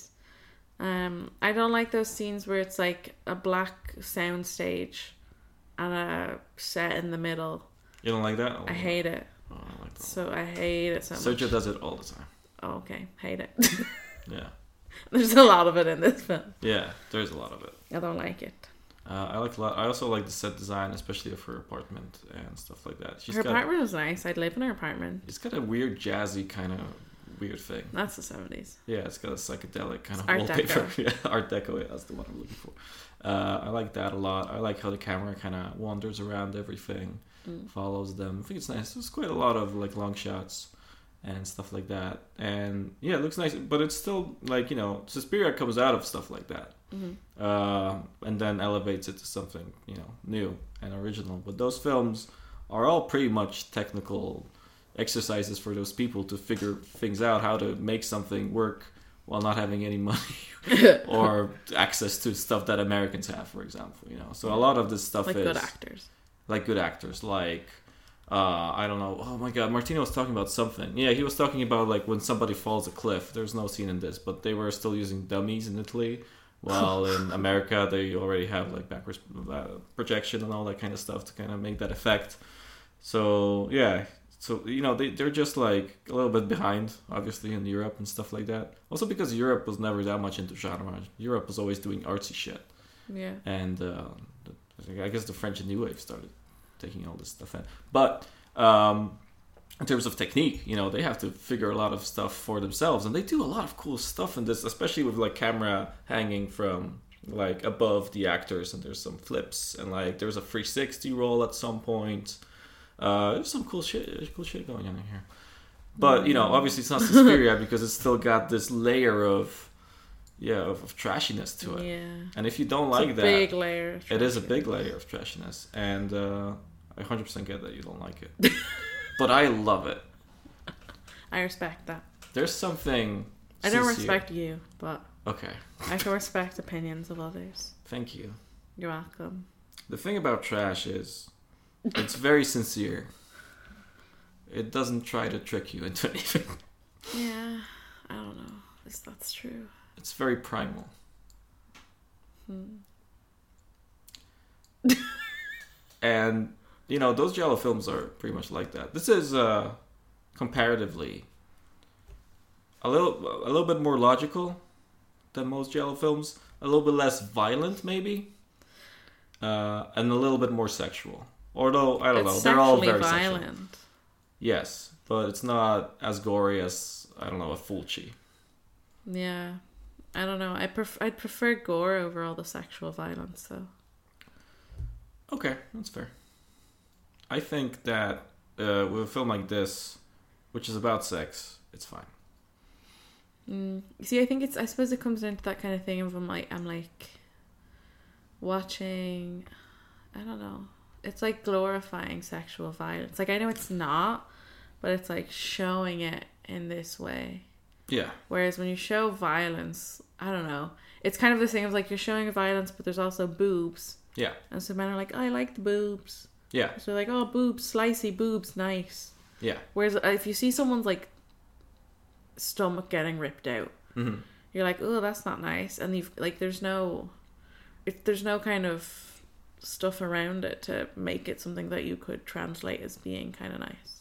B: Um, I don't like those scenes where it's like a black soundstage and a set in the middle.
A: You don't like that?
B: I hate it.
A: Oh, I like that.
B: So I hate it so much.
A: Sergio does it all the time.
B: oh, okay, hate it.
A: Yeah.
B: There's a lot of it in this film.
A: Yeah, there's a lot of it.
B: I don't like it.
A: Uh, I like a lot. I also like the set design, especially of her apartment and stuff like that. She's
B: her
A: got
B: apartment was nice. I'd live in her apartment.
A: it's got a weird jazzy kind of weird thing.
B: That's the seventies.
A: Yeah, it's got a psychedelic kind of
B: Art
A: wallpaper. Yeah, Art Deco. Yeah, that's the one I'm looking for. Uh, I like that a lot. I like how the camera kind of wanders around everything,
B: Mm.
A: follows them. I think it's nice. There's quite a lot of like long shots and stuff like that. And yeah, it looks nice, but it's still like you know, Suspiria comes out of stuff like that.
B: Mhm.
A: uh, and then elevates it to something you know new and original. But those films are all pretty much technical exercises for those people to figure things out how to make something work while not having any money or access to stuff that Americans have, for example. You know, so a lot of this stuff
B: Like
A: is
B: good actors.
A: like good actors like uh, I don't know. Oh my God, Martino was talking about something. Yeah, he was talking about like when somebody falls a cliff. There's no scene in this, but they were still using dummies in Italy, while in America they already have like backwards uh, projection and all that kind of stuff to kind of make that effect. So yeah, so you know they they're just like a little bit behind, obviously in Europe and stuff like that. Also because Europe was never that much into genre. Europe was always doing artsy shit
B: Yeah.
A: and uh, I guess the French New Wave started taking all this stuff in. But um, in terms of technique, you know, they have to figure a lot of stuff for themselves, and they do a lot of cool stuff in this, especially with like camera hanging from like above the actors, and there's some flips, and like there's a 360 roll at some point. Uh, there's some cool shit, cool shit going on in here. But you know, obviously it's not Suspiria because it's still got this layer of, yeah, of, of trashiness to it.
B: Yeah.
A: And if you don't
B: It's
A: like
B: a
A: that,
B: Big layer. of
A: it is a
B: trashiness.
A: big layer of trashiness, and uh, I 100% get that you don't like it. but I love it.
B: I respect that.
A: There's something.
B: I don't
A: sincere-
B: respect you, but
A: Okay,
B: I can respect opinions of others.
A: thank you.
B: You're welcome.
A: The thing about trash is, it's very sincere. It doesn't try to trick you into anything.
B: Yeah. I don't know. If that's true.
A: It's very primal.
B: Hmm.
A: and you know those giallo films are pretty much like that this is uh comparatively a little a little bit more logical than most giallo films a little bit less violent maybe uh and a little bit more sexual although i don't
B: it's
A: know they're all
B: sexually
A: very
B: violent.
A: sexual yes but it's not as gory as i don't know a fulci
B: Yeah. I don't know. I pref- I'd prefer gore over all the sexual violence, though.
A: Okay, that's fair. I think that uh, with a film like this, which is about sex, it's fine.
B: Mm. See, I think it's. I suppose it comes down to that kind of thing of I'm like I'm like watching. I don't know. It's like glorifying sexual violence. Like I know it's not, but it's like showing it in this way.
A: Yeah,
B: Whereas when you show violence, I don't know. It's kind of this thing of like you're showing violence, but there's also boobs,
A: yeah,
B: and so men are like, "Oh, I like the boobs.
A: yeah,
B: So they're like, oh, boobs, slicey boobs, nice.
A: yeah.
B: Whereas uh, if you see someone's like stomach getting ripped out
A: hmm
B: you're like, oh, that's not nice, and you've like, there's no, if there's no kind of stuff around it to make it something that you could translate as being kind of nice.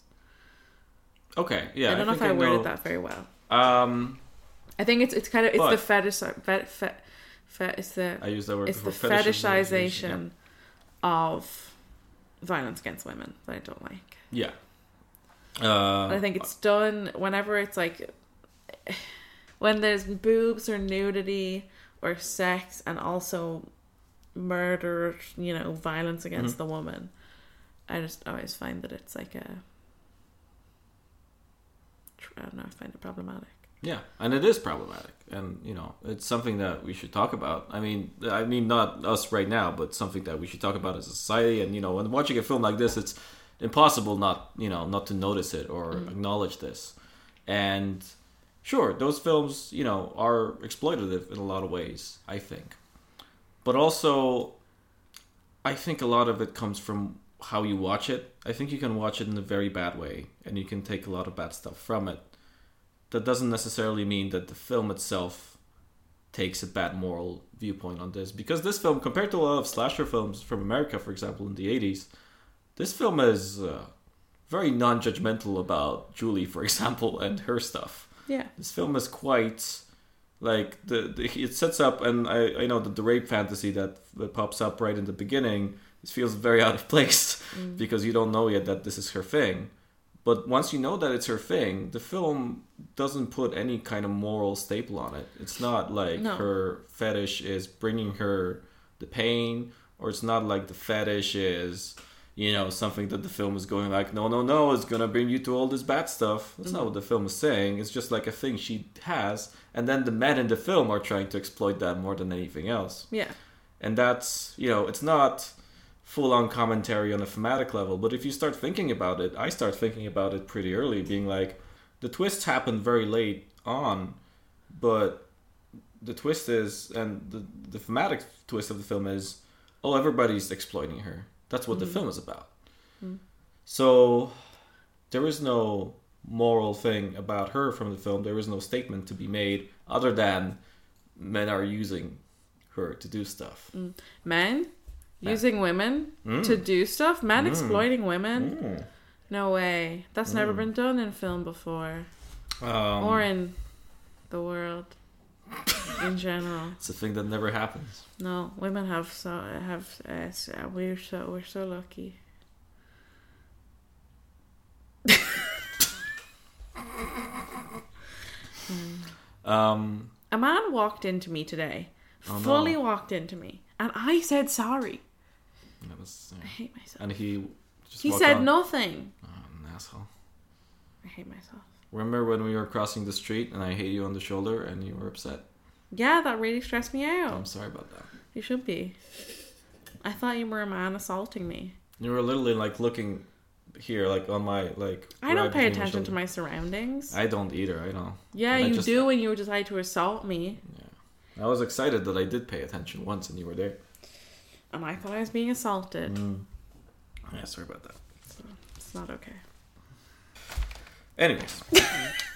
A: Okay, yeah.
B: I don't know if
A: think
B: I worded
A: know-
B: that very well.
A: Um,
B: I think it's it's kind of it's
A: But-
B: the fetish, fet, fet, fet, it's the
A: I use that word.
B: it's the
A: before.
B: fetishization of violence against women that I don't like.
A: Yeah. yeah. Uh,
B: I think it's done whenever it's like when there's boobs or nudity or sex and also murder, you know, violence against the woman. I just always find that it's like a I don't know, I find it problematic.
A: Yeah, and it is problematic, and you know, it's something that we should talk about. I mean, I mean, not us right now, but something that we should talk about as a society. And you know, when watching a film like this, it's impossible not you know not to notice it or acknowledge this. And sure, those films, you know, are exploitative in a lot of ways, I think. But also, I think a lot of it comes from how you watch it. I think you can watch it in a very bad way, and you can take a lot of bad stuff from it. That doesn't necessarily mean that the film itself takes a bad moral viewpoint on this, because this film, compared to a lot of slasher films from America, for example, in the 80s, this film is uh, very non judgmental about Julie, for example, and her stuff
B: Yeah.
A: this film is quite like the, the it sets up and I, I know that the rape fantasy that, that pops up right in the beginning it feels very out of place because you don't know yet that this is her thing but once you know that it's her thing the film doesn't put any kind of moral staple on it it's not like
B: No.
A: her fetish is bringing her the pain or it's not like the fetish is you know something that the film is going like no no no it's gonna bring you to all this bad stuff that's not what the film is saying it's just like a thing she has and then the men in the film are trying to exploit that more than anything else
B: Yeah.
A: and that's you know it's not full on commentary on a thematic level but if you start thinking about it i start thinking about it pretty early being like the twists happen very late on but the twist is and the, the thematic twist of the film is oh everybody's exploiting her that's what the film is about so there is no moral thing about her from the film there is no statement to be made other than men are using her to do stuff Mm.
B: Men
A: Men.
B: using women Mm. to do stuff. Men exploiting women. No way. That's never been done in film before
A: Um,
B: or in the world in general.
A: it's a thing that never happens.
B: No, women have so have uh, s- uh, we're so we're so lucky.
A: Um,
B: A man walked into me today,
A: Oh, no.
B: fully walked into me, and I said sorry.
A: that was,
B: I hate myself.
A: and he just
B: He
A: walked
B: said
A: on.
B: nothing.
A: Oh, an asshole.
B: I hate myself.
A: Remember when we were crossing the street and I hit you on the shoulder and you were upset?
B: Yeah, that really stressed me out.
A: I'm sorry about that.
B: You should be. I thought you were a man assaulting me.
A: You were literally like looking here, like on my like.
B: I
A: right
B: don't pay
A: between my
B: attention to
A: shoulder.
B: my surroundings.
A: I don't either. I know.
B: yeah,
A: and I
B: you
A: just-
B: do when you decide to assault me,
A: I was excited that I did pay attention once and you were there.
B: and I thought I was being assaulted.
A: Mm. Yeah, sorry about that.
B: It's not okay.
A: Anyways.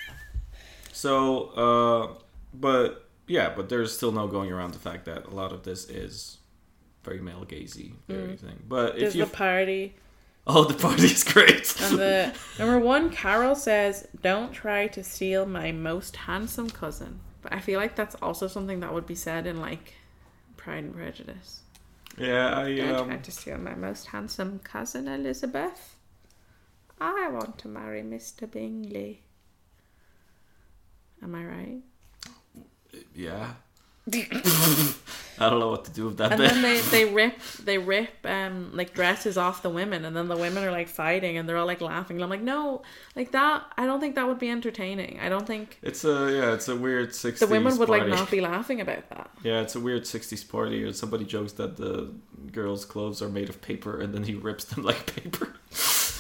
A: so, uh, but yeah, but there's still no going around the fact that a lot of this is very male gazy, very thing. But if
B: Mm-hmm. There's
A: you,
B: the party.
A: oh, the party is great.
B: And the number one, Carol says, "Don't try to steal my most handsome cousin." But I feel like that's also something that would be said in like Pride and Prejudice.
A: yeah, I
B: Don't try
A: um,
B: to steal my most handsome cousin, Elizabeth. I want to marry Mr. Bingley. Am I right?
A: yeah. I don't know what to do with that.
B: And
A: bit.
B: then they, they rip they rip um like dresses off the women, and then the women are like fighting, and they're all like laughing. And I'm like, no, like that. I don't think that would be entertaining. I don't think
A: It's a yeah, it's a weird sixties.
B: the women would
A: party.
B: like not be laughing about that.
A: Yeah, it's a weird sixties party. Or somebody jokes that the girls' clothes are made of paper, and then he rips them like paper.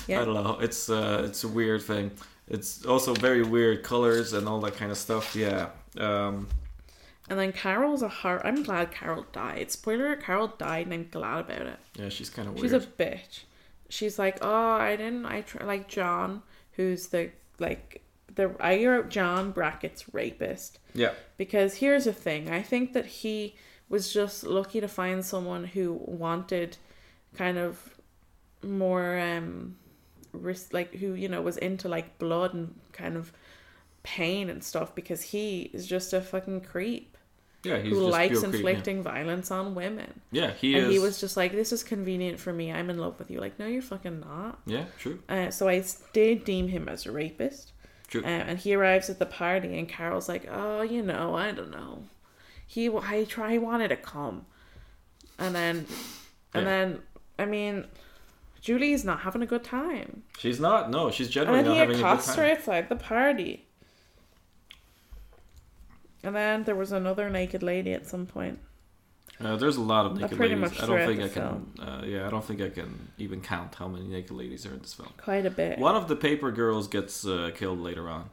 B: Yeah.
A: I don't know. It's uh, it's a weird thing. It's also very weird colors and all that kind of stuff. Yeah. Um,
B: And then Carol's a hard. I'm glad Carol died. Spoiler: Carol died, and I'm glad about it.
A: yeah, she's kind of weird.
B: She's a bitch. She's like, oh, I didn't. I tr-, like John, who's the like the I wrote John brackets rapist
A: Yeah.
B: because here's the thing. I think that he was just lucky to find someone who wanted kind of more um risk like who you know was into like blood and kind of pain and stuff because he is just a fucking creep
A: Yeah, he's
B: who
A: just
B: likes
A: pure creep, yeah.
B: inflicting violence on women.
A: Yeah, he
B: and
A: is.
B: he was just like, "This is convenient for me. I'm in love with you." Like, no, you're fucking not.
A: Yeah, true,
B: Uh, so I s- did deem him as a rapist.
A: true.
B: Um, and he arrives at the party, and Carol's like, "Oh, you know, I don't know. He, w- I try, he wanted to come, and then,
A: Yeah.
B: and then, I mean, Julie's not having a good time,
A: she's not. No, she's
B: and
A: generally
B: then
A: not
B: he
A: having a good
B: accosts
A: time.
B: her outside the party." And then there was another naked lady at some point.
A: Uh, there's a lot of naked
B: pretty
A: ladies.
B: much
A: I don't
B: throughout
A: think I
B: the
A: can. Uh, yeah, I don't think I can even count how many naked ladies are in this film.
B: Quite a bit.
A: One of the paper girls gets uh, killed later on.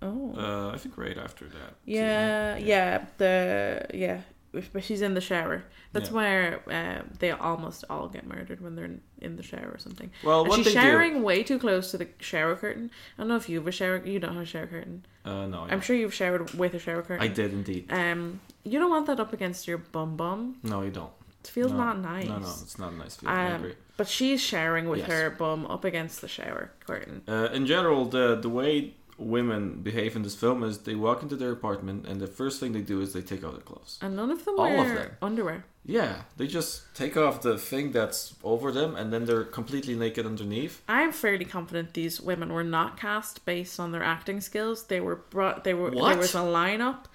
B: Oh.
A: Uh, I think right after that.
B: yeah, yeah, the yeah. if- But she's in the shower. That's
A: Yeah.
B: where uh, they almost all get murdered when they're in- in the shower or something.
A: Well,
B: And
A: what
B: she's
A: they
B: showering way too close to the shower curtain. I don't know if you have a shower. You don't have a shower curtain.
A: do? Uh, no, I,
B: I'm sure you've showered with a shower
A: I
B: curtain.
A: did indeed.
B: Um, you don't want that up against your bum bum.
A: No, you don't.
B: It feels
A: No.
B: not nice.
A: No, no, it's not a nice feeling. I
B: Um,
A: agree.
B: but she's showering with
A: Yes.
B: her bum up against the shower curtain.
A: Uh, in general, the the way women behave in this film is they walk into their apartment and the first thing they do is they take off their clothes.
B: And none of them
A: All of
B: wear
A: them.
B: underwear.
A: Yeah, they just take off the thing that's over them and then they're completely naked underneath.
B: I'm fairly confident these women were not cast based on their acting skills. They were brought. They were
A: What?
B: there was a lineup,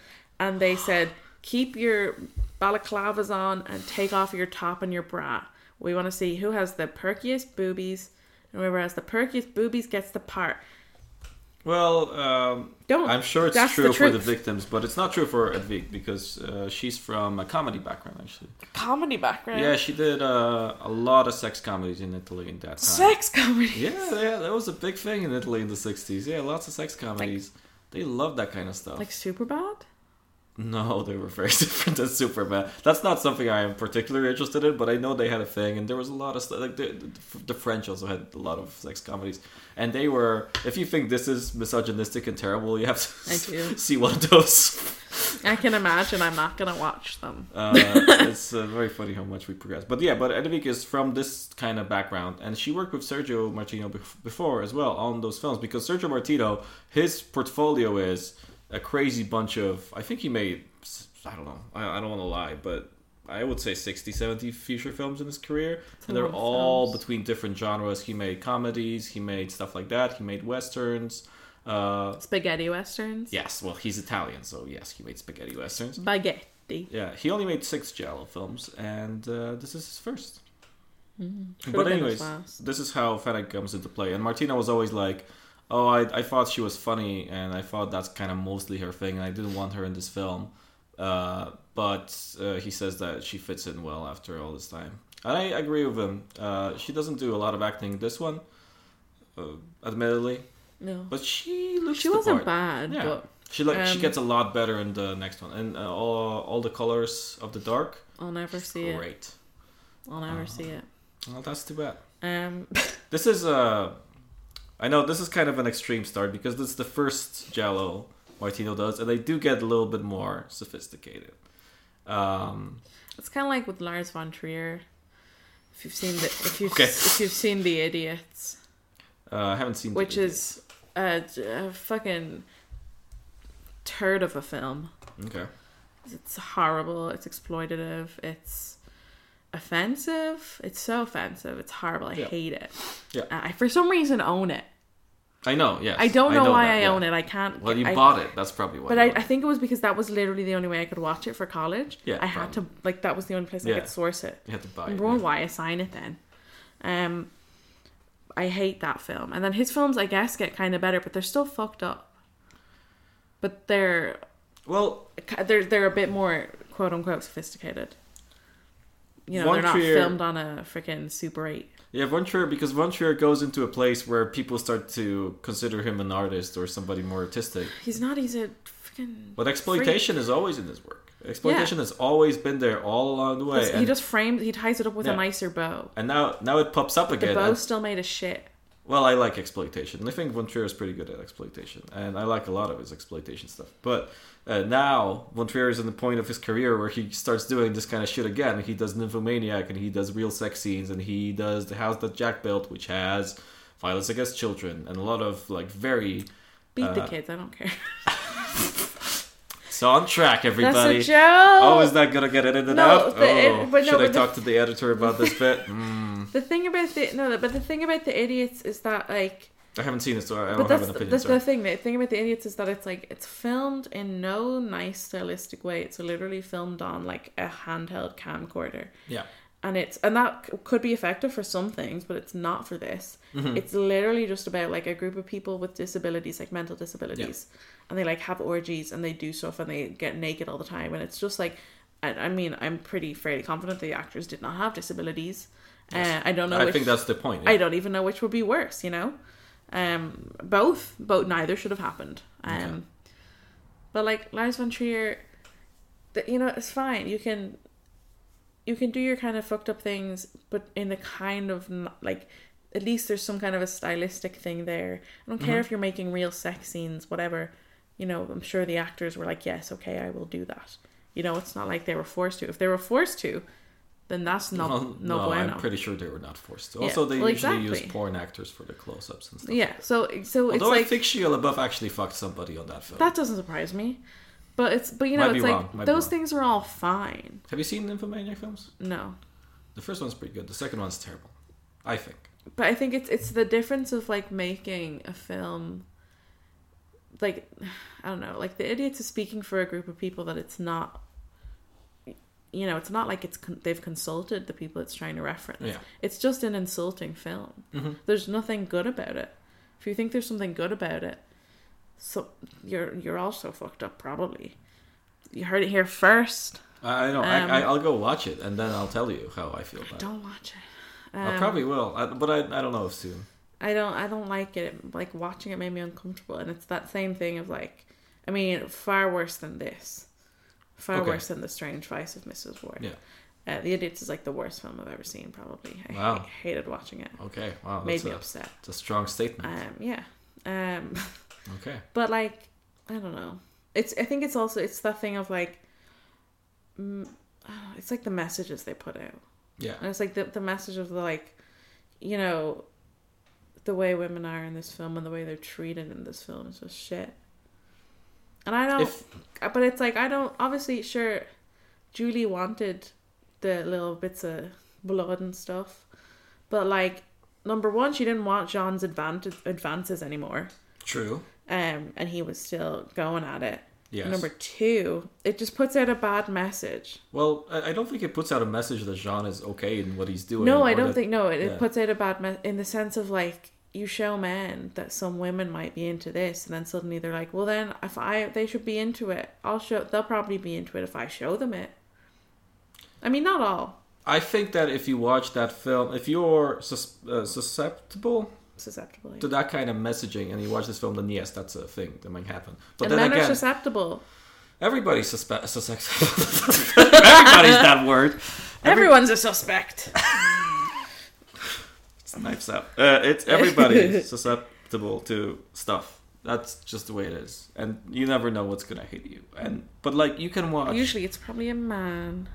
B: and they said, "Keep your balaclavas on and take off your top and your bra. We want to see who has the perkiest boobies, and whoever has the perkiest boobies gets the part."
A: Well, um,
B: Don't.
A: I'm sure it's
B: Oh, that's
A: true for the
B: truth.
A: victims, but it's not true for Edwig because uh, she's from a comedy background actually.
B: comedy background.
A: Yeah, she did uh, a lot of sex comedies in Italy in that time.
B: sex comedy.
A: Yeah, yeah, that was a big thing in Italy in the 60s. Yeah, lots of sex comedies. they love that kind of stuff.
B: Like super bad.
A: No, they were very different than Superman. That's not something I am particularly interested in, but I know they had a thing, and there was a lot of stuff. Like the, the, the French also had a lot of sex comedies, and they were. If you think this is misogynistic and terrible, you have
B: I
A: to
B: do.
A: see one of those.
B: I can imagine. I'm not gonna watch them.
A: Uh, it's uh, very funny how much we progress. But yeah, but Edvig is from this kind of background, and she worked with Sergio Martino bef- before as well on those films because Sergio Martino, his portfolio is a crazy bunch of. I think he made, s- I don't know, I, I don't want to lie, but I would say 60, 70 feature films in his career, and they're
B: lot of
A: all
B: films.
A: between different genres. He made comedies, he made stuff like that, he made westerns. Uh,
B: Spaghetti westerns.
A: yes, well, he's Italian, so yes, he made spaghetti westerns.
B: Spaghetti.
A: Yeah, he only made six Jello films, and uh, this is his first.
B: Should've
A: But
B: been his
A: anyways,
B: Mm-hmm. last.
A: this is how Fennec comes into play, and Martina was always like, "Oh, I, I thought she was funny, and I thought that's kind of mostly her thing, and I didn't want her in this film." Uh, but uh, he says that she fits in well after all this time, and I agree with him. Uh, she doesn't do a lot of acting in this one, uh, admittedly,
B: No.
A: but she looks.
B: She
A: the
B: wasn't
A: part.
B: bad,
A: Yeah.
B: but
A: She like she
B: Um,
A: gets a lot better in the next one, and uh, all all the colors of the dark.
B: I'll never see it.
A: Great. Uh-huh.
B: I'll never see it.
A: Well, that's too bad.
B: Um,
A: This is uh, I know this is kind of an extreme start because this is the first Jello Martino does, and they do get a little bit more sophisticated. Um,
B: it's kind of like with Lars von Trier. If you've seen the if you've
A: Okay.
B: if you've seen the idiots,
A: uh, I haven't seen the
B: which
A: video.
B: is a, a fucking turd of a film.
A: okay.
B: It's horrible. It's exploitative. It's offensive. It's so offensive. It's horrible. I
A: Yeah.
B: hate it.
A: Yeah.
B: I for some reason own it.
A: I know. Yes.
B: I don't know, why
A: that,
B: I
A: yeah.
B: own it. I can't.
A: Well, you
B: I-
A: bought it. That's probably why.
B: But
A: you
B: I,
A: own
B: I
A: it.
B: think it was because that was literally the only way I could watch it for college.
A: Yeah,
B: I had to like that was the only place I
A: Yeah.
B: could source it.
A: you had to buy it.
B: Number one,
A: yeah.
B: why assign it then? Um, I hate that film. And then his films, I guess, get kind of better, but they're still fucked up. But they're
A: Well,
B: they're they're a bit more quote unquote sophisticated. You know,
A: One
B: they're not
A: Trier-
B: filmed on a freaking Super Eight.
A: yeah, Von Trier because Von Trier goes into a place where people start to consider him an artist or somebody more artistic.
B: He's not. He's a freaking.
A: But exploitation is always in his work. Exploitation
B: Yeah.
A: has always been there all along the way.
B: he
A: And,
B: just framed. He ties it up with
A: Yeah.
B: a nicer bow.
A: and now now it pops up
B: The
A: again.
B: bow
A: And-
B: still made a shit.
A: well, I like exploitation. And I think Von Trier is pretty good at exploitation. And I like a lot of his exploitation stuff. But uh, now Von Trier is in the point of his career where he starts doing this kind of shit again. He does Nymphomaniac and he does real sex scenes and he does The House That Jack Built, which has violence against children and a lot of like very.
B: Beat the
A: Uh,
B: kids. I don't care.
A: It's on track, everybody.
B: That's a joke.
A: Oh, is that gonna get edited
B: No,
A: out?
B: but it-
A: oh,
B: but no,
A: should I
B: but the-
A: talk to the editor about this bit? Mm,
B: The thing about the no, but the thing about the idiots is that like,
A: I haven't seen it, so I
B: but
A: don't have
B: that's
A: an opinion.
B: that's
A: sorry.
B: the thing. The thing about the idiots is that it's like it's filmed in no nice stylistic way. It's literally filmed on like a handheld camcorder,
A: Yeah,
B: and it's and that c- could be effective for some things, but it's not for this.
A: Mm-hmm.
B: It's literally just about like a group of people with disabilities, like mental disabilities, and they like have orgies and they do stuff and they get naked all the time, and it's just like. I I mean, I'm pretty fairly confident the actors did not have disabilities. Uh, I don't know.
A: I
B: if-
A: think that's the point.
B: I don't even know which would be worse, you know? Um, both, but neither should have happened. Um,
A: Okay.
B: but like Lars von Trier, th- you know, it's fine. You can, you can do your kind of fucked up things, but in the kind of n- like, at least there's some kind of a stylistic thing there. I don't care if you're making real sex scenes, whatever. You know, I'm sure the actors were like, yes, okay, I will do that. You know, it's not like they were forced to. If they were forced to, then that's not
A: Well,
B: no,
A: no,
B: bueno.
A: I'm pretty sure they were not forced. to.
B: Yeah,
A: Also, they
B: well,
A: usually
B: exactly.
A: use porn actors for the close-ups and stuff.
B: yeah, so so it's
A: Although I
B: like
A: think Shia LaBeouf actually fucked somebody on that film.
B: That doesn't surprise me. But it's but you know
A: Might be
B: it's
A: wrong,
B: like
A: might be
B: those
A: wrong.
B: things are all fine.
A: Have you seen Nymphomaniac films?
B: No.
A: The first one's pretty good. The second one's terrible, I think.
B: But I think it's it's the difference of like making a film like I don't know, like the idiots is speaking for a group of people that it's not you know, it's not like it's con- they've consulted the people it's trying to reference.
A: Yeah.
B: It's just an insulting film.
A: Mhm.
B: There's nothing good about it. If you think there's something good about it, so you're you're also fucked up probably. You heard it here first.
A: I I know.
B: Um,
A: I, I, I'll go watch it and then I'll tell you how I feel about it.
B: Don't watch it.
A: I
B: Um,
A: probably will, I, but I, I don't know if soon.
B: I don't. I don't like it. Like watching it made me uncomfortable, and it's that same thing of like, I mean, far worse than this, far
A: Okay.
B: worse than the Strange Vice of Mrs. Ward.
A: Yeah.
B: Uh, the Idiots is like the worst film I've ever seen. Probably. I
A: Wow.
B: ha- hated watching it.
A: Okay. Wow.
B: made
A: That's
B: me
A: a,
B: upset.
A: it's a strong statement.
B: Um. Yeah. Um.
A: Okay.
B: but like i don't know it's i think it's also it's that thing of like mm, I don't know, it's like the messages they put out
A: Yeah.
B: and it's like the, the message of the like you know the way women are in this film and the way they're treated in this film is just shit and i don't
A: If-
B: but it's like i don't obviously sure julie wanted the little bits of blood and stuff but like number one she didn't want john's advantage advances anymore
A: True.
B: um, and he was still going at it.
A: Yes.
B: Number two, it just puts out a bad message.
A: Well, I, I don't think it puts out a message that Jean is okay in what he's doing.
B: no,
A: or
B: I don't
A: that-
B: think. No, it,
A: yeah.
B: it puts out a bad me- in the sense of like you show men that some women might be into this, and then suddenly they're like, well, then if I they should be into it, I'll show. They'll probably be into it if I show them it. I mean, not all
A: I think that if you watch that film, if you're sus- uh, susceptible
B: susceptible.
A: to that kind of messaging and you watch this film, then yes, that's a thing that might happen. But
B: and
A: then
B: men
A: again,
B: are susceptible.
A: everybody's suspe- susceptible. everybody's that word. Every-
B: Everyone's a suspect.
A: It's knives out. Uh, it's everybody's susceptible to stuff. That's just the way it is, and you never know what's gonna hit you. And but like you can watch.
B: Usually, it's probably a man.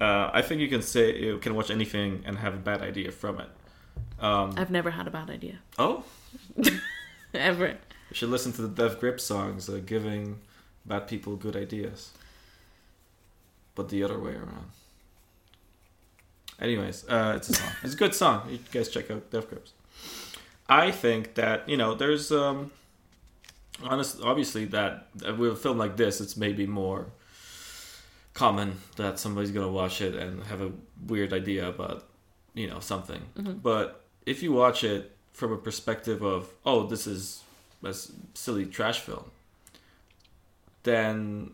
A: Uh, I think you can say you can watch anything and have a bad idea from it. Um,
B: I've never had a bad idea
A: oh,
B: ever.
A: you should listen to the Dev Grip songs, uh, giving bad people good ideas. But the other way around. Anyways, uh, it's a song. it's a good song. You guys check out Dev Grips. I think that you know there's um, honest, obviously that uh, with a film like this, it's maybe more common that somebody's gonna watch it and have a weird idea about you know something. But if you watch it from a perspective of oh, this is a s- silly trash film, then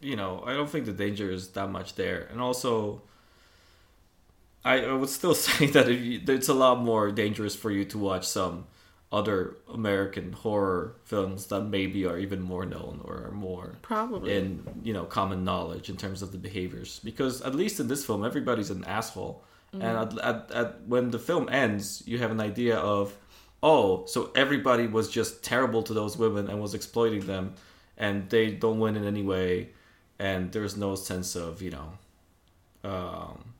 A: you know I don't think the danger is that much there. And also, I, I would still say that if you, that it's a lot more dangerous for you to watch some other American horror films that maybe are even more known or are more
B: Probably.
A: in you know common knowledge in terms of the behaviors because at least in this film everybody's an asshole and at, at, at, when the film ends you have an idea of oh so everybody was just terrible to those women and was exploiting them and they don't win in any way and there's no sense of you know um,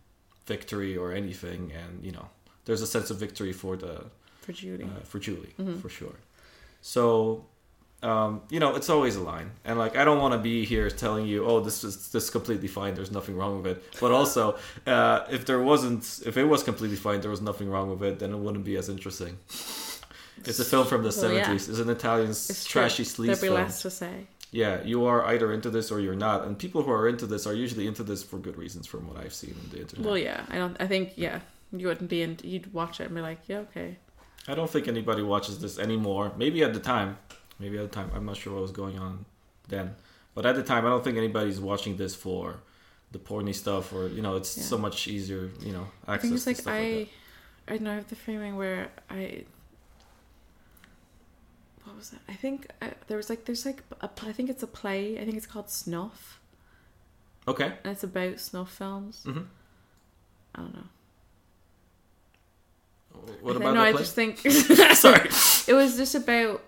A: victory or anything and you know there's a sense of victory for the
B: for Judy.
A: uh, for Julie, for sure. So, um, you know, it's always a line, and like I don't want to be here telling you, oh, this is this is completely fine. There's nothing wrong with it. But also, uh, if there wasn't, if it was completely fine, there was nothing wrong with it, then it wouldn't be as interesting. It's a film from the
B: Well, yeah.
A: seventies. It's an Italian
B: It's true.
A: trashy sleaze
B: There'd be
A: film.
B: less to say.
A: Yeah, you are either into this or you're not, and people who are into this are usually into this for good reasons, from what I've seen on the internet.
B: Well, yeah, I don't. I think yeah, you wouldn't be in. You'd watch it and be like, yeah, okay.
A: I don't think anybody watches this anymore. Maybe at the time, maybe at the time, I'm not sure what was going on then. But at the time, I don't think anybody's watching this for the porny stuff, or you know, it's
B: Yeah.
A: so much easier, you know,
B: I
A: access
B: think it's
A: to
B: like
A: stuff like
B: I,
A: that.
B: I know I have the framing where I. What was it? I think uh, there was like there's like a pl- I think it's a play. I think it's called Snuff,
A: Okay.
B: and it's about snuff films.
A: Mhm.
B: I don't know.
A: Mm-hmm. What
B: I
A: about
B: think,
A: the
B: no, I
A: play?
B: just think
A: Sorry.
B: it was just about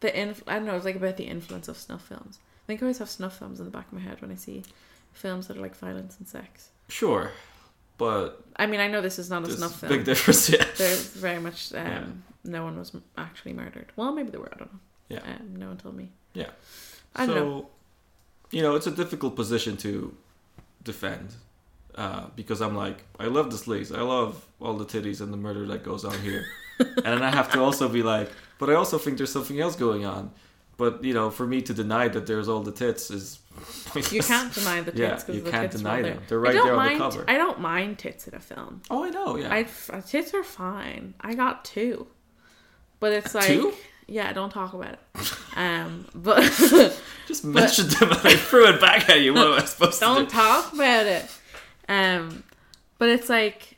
B: the inf- I don't know. It was like about the influence of snuff films. I think I always have snuff films in the back of my head when I see films that are like violence and sex.
A: Sure, but
B: I mean, I know this is not a
A: there's
B: snuff
A: big
B: film.
A: difference. Yeah.
B: They're very much. Um,
A: Yeah.
B: No one was m- actually murdered. Well, maybe they were. I don't know.
A: Yeah.
B: Um, no one told me.
A: Yeah.
B: I
A: so,
B: don't know.
A: you know, it's a difficult position to defend uh, because I'm like, I love this lease. I love all the titties and the murder that goes on here. and then I have to also be like, but I also think there's something else going on. But, you know, for me to deny that there's all the tits is.
B: You can't deny the tits
A: Yeah,
B: because
A: you
B: the
A: can't
B: tits
A: deny
B: were there.
A: them. They're right
B: I don't
A: there on
B: mind,
A: the cover.
B: I don't mind tits in a film.
A: Oh, I know, yeah.
B: I f- uh, tits are fine. I got two, but it's like
A: Two?
B: yeah. Don't talk about it. Um, but
A: Just mentioned them and I threw it back at you. What am I supposed to
B: don't
A: do?
B: talk about it. Um, but it's like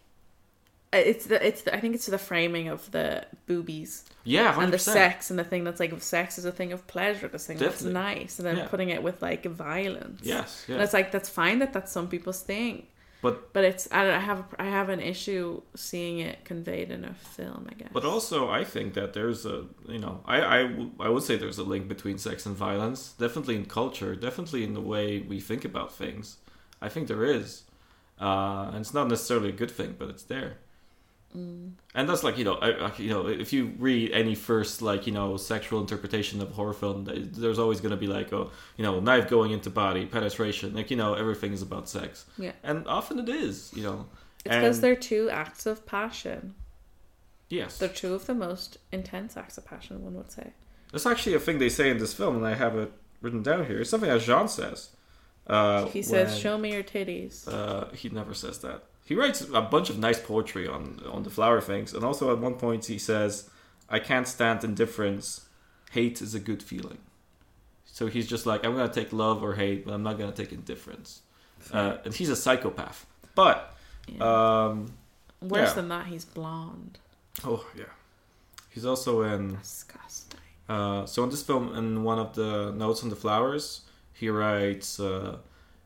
B: uh, it's the it's the, I think it's the framing of the boobies
A: Yeah, 100%.
B: and the sex and the thing that's like sex is a thing of pleasure. This thing
A: Definitely.
B: that's nice, and then
A: Yeah.
B: putting it with like violence.
A: Yes,
B: And
A: yeah.
B: it's like that's fine that that's some people's thing.
A: But
B: But it's I, don't, I have I have an issue seeing it conveyed in a film. I guess.
A: But also, I think that there's a you know, I I w- I would say there's a link between sex and violence. Definitely in culture. Definitely in the way we think about things. I think there is, uh, and it's not necessarily a good thing, but it's there.
B: Mm.
A: And that's like you know, I, I, you know, if you read any first like you know sexual interpretation of horror film, th- there's always going to be like oh you know knife going into body penetration, like you know everything is about sex.
B: Yeah.
A: And often it is, you know.
B: it's because
A: And-
B: they're two acts of passion.
A: yes.
B: They're two of the most intense acts of passion. One would say.
A: That's actually a thing they say in this film, and I have it written down here. It's something that Jean says. Uh,
B: he says,
A: when,
B: "Show me your titties."
A: Uh, he never says that. He writes a bunch of nice poetry on on the flower things, and also at one point he says, "I can't stand indifference. Hate is a good feeling." So he's just like, "I'm gonna take love or hate, but I'm not gonna take indifference." Uh, and he's a psychopath. But
B: Yeah.
A: um,
B: Worse
A: yeah.
B: than that, he's blonde.
A: oh yeah, he's also in.
B: Disgusting.
A: Uh, so in this film, in one of the notes on the flowers, he writes, uh,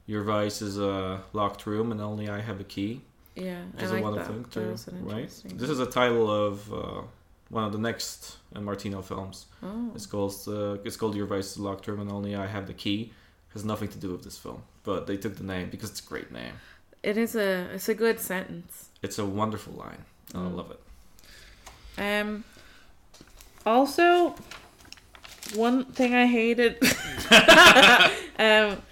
A: "Your vice is a locked room, and only I have a key."
B: Yeah,
A: Which
B: I
A: is
B: like
A: a wonderful
B: that.
A: thing
B: That
A: too,
B: was an
A: right?
B: interesting-
A: This is a title of uh, one of the next uh, Martino films.
B: Oh.
A: It's called uh, "It's called Your vice is a locked room, and only I have the key." Has nothing to do with this film, but they took the name because it's a great name.
B: It is a it's a good sentence.
A: It's a wonderful line, and I
B: Mm.
A: love it.
B: Um. Also, one thing I hated. um,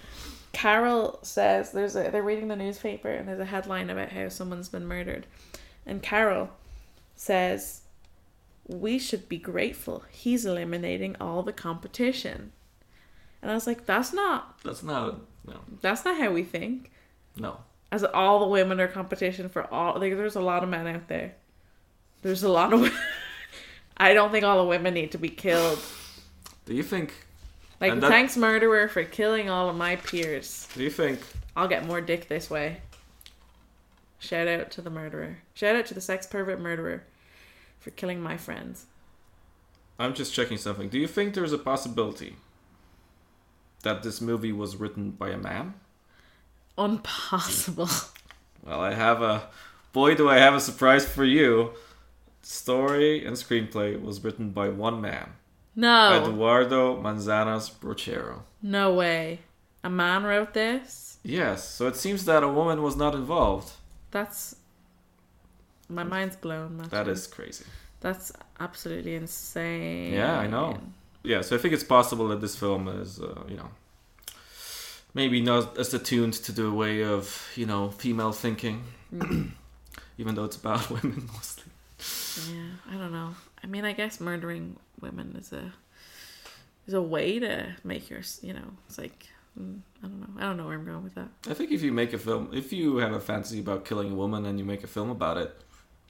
B: Carol says there's a they're reading the newspaper and there's a headline about how someone's been murdered, and Carol says, "We should be grateful. He's eliminating all the competition." And I was like, "That's not
A: That's not no,
B: that's not how we think."
A: no.
B: As all the women are competition for all. Like, there's a lot of men out there. There's a lot of. I don't think all the women need to be killed.
A: Do you think?
B: Like,
A: And that-
B: thanks murderer for killing all of my peers.
A: Do you think?
B: I'll get more dick this way. Shout out to the murderer. Shout out to the sex pervert murderer for killing my friends.
A: I'm just checking something. Do you think there's a possibility that this movie was written by a man?
B: Impossible.
A: Well, I have a. Boy, do I have a surprise for you. Story and screenplay was written by one man
B: No.
A: Eduardo Manzanas Brochero.
B: No way. A man wrote this?
A: Yes, so it seems that a woman was not involved.
B: That's. My mind's blown. Matthew.
A: That is crazy.
B: That's absolutely insane.
A: Yeah, I know. Yeah, so I think it's possible that this film is, uh, you know, maybe not as attuned to the way of, you know, female thinking, even though it's about women mostly.
B: Yeah, I don't know. I mean, I guess murdering women is a is a way to make your s- you know. It's like mm, I don't know. I don't know where I'm going with that.
A: I think if you make a film, if you have a fantasy about killing a woman and you make a film about it,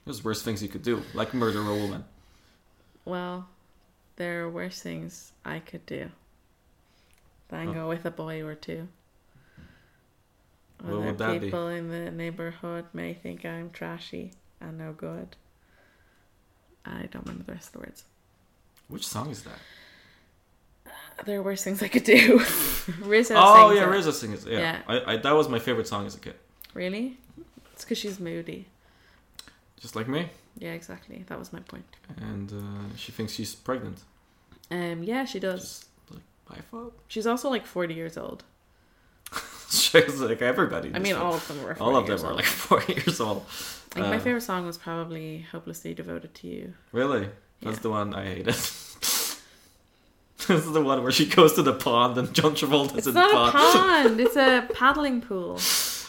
A: there's worse things you could do, like murder a woman.
B: Well, there are worse things I could do than go with a boy or two.
A: What
B: Other
A: would that be?
B: people in the neighborhood may think I'm trashy and no good. I don't remember the rest of the words.
A: Which song is that?
B: There are worse things I could do. Rizzo.
A: oh
B: sings
A: yeah,
B: it.
A: Rizzo sings it. Yeah,
B: Yeah.
A: I, I that was my favorite song as a kid.
B: Really? It's because she's moody.
A: Just like me,
B: Yeah, exactly. That was my point.
A: and uh, she thinks she's pregnant.
B: Um, yeah, she does.
A: Just like I thought.
B: She's also like forty years old.
A: She's like everybody.
B: I
A: does
B: mean,
A: that.
B: all of them were. 40
A: all of them
B: years
A: are
B: old.
A: like four years old.
B: I think my
A: uh,
B: favorite song was probably "Hopelessly Devoted to You."
A: Really, that's
B: Yeah.
A: the one I hated. This is the one where she goes to the pond and John Travolta's
B: It's
A: in
B: not
A: the
B: a pond. It's a paddling pool,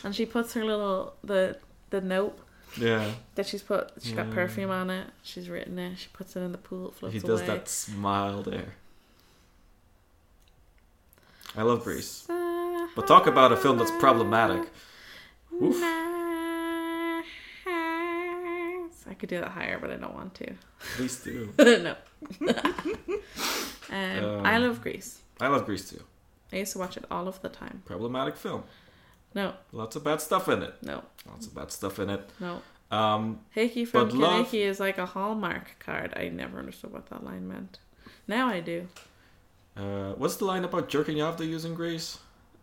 B: and she puts her little the the note
A: Yeah,
B: that she's put. She's got
A: Yeah.
B: perfume on it. She's written it. She puts it in the pool. It floats
A: Mm. he does
B: away.
A: that smile there. I love Grease.
B: uh,
A: But talk about a film that's problematic. Oof.
B: I could do that higher, but I don't want to.
A: Please do.
B: no. um, I
A: Um,
B: love Greece.
A: I love Grease too.
B: I used to watch it all of the time.
A: Problematic film.
B: No,
A: Lots of bad stuff in it.
B: no,
A: Lots of bad stuff in it.
B: no.
A: Um,
B: Hickey from
A: But love-
B: Kinnicky is like a hallmark card. I never understood what that line meant. Now I do.
A: uh, what's the line about jerking off they use in Grease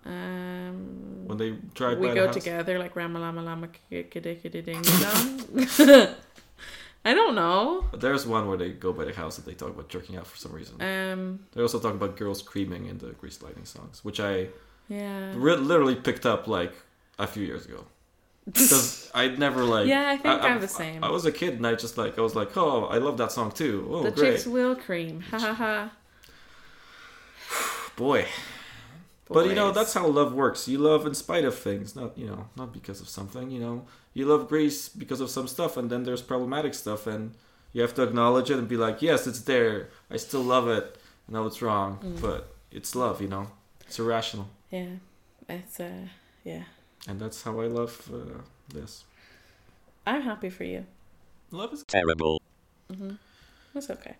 B: Um,
A: when they drive
B: we
A: by
B: go
A: the house?
B: together like ramalama lama ding dong. I don't know.
A: There's one where they go by the house and they talk about jerking off for some reason.
B: Um,
A: they also talk about girls screaming in the Grease lightning songs, which I
B: yeah.
A: re- literally picked up like a few years ago because I'd never like.
B: Yeah, I think I'm
A: I've-
B: the same.
A: I was a kid and I just like I was like, oh, I love that song too. Oh,
B: the
A: great,
B: chicks will cream. Ha ha ha.
A: boy. But you know,
B: Boys.
A: that's how love works. You love in spite of things, not you know, not because of something. You know, you love Greece because of some stuff, and then there's problematic stuff, and you have to acknowledge it and be like, yes, it's there. I still love it. I know it's wrong,
B: Mm.
A: but it's love. You know, it's irrational,
B: yeah. It's uh yeah.
A: and that's how I love uh, this.
B: I'm happy for you.
A: Love is
C: Terrible.
B: hmm That's okay.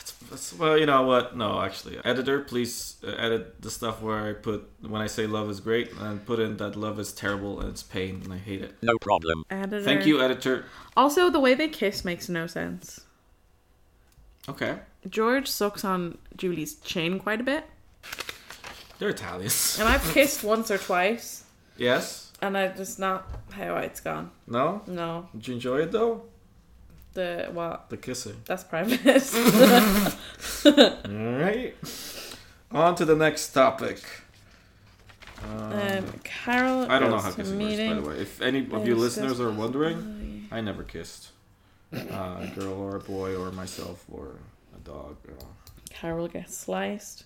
A: it's, it's- well, you know what? No, actually, editor, please uh, edit the stuff where I put when I say love is great, and put in that love is terrible and it's pain and I hate it.
C: No problem.
B: Editor.
A: Thank you, editor.
B: Also, the way they kiss makes no sense.
A: Okay.
B: George sucks on Julie's chin quite a bit,
A: They're Italians.
B: and I've kissed once or twice,
A: Yes?
B: and I just not how it's gone.
A: No?
B: No,
A: Did you enjoy it though?
B: the what?
A: The kissing.
B: That's private.
A: Alright. On to the next topic.
B: um, Carol.
A: I don't know
B: goes
A: how
B: to
A: kissing
B: meeting. Oh,
A: works, by the way. If any of you
B: Yes,
A: listeners
B: that's-
A: are wondering, I never kissed uh, a girl or a boy or myself or a dog. uh,
B: Carol gets sliced.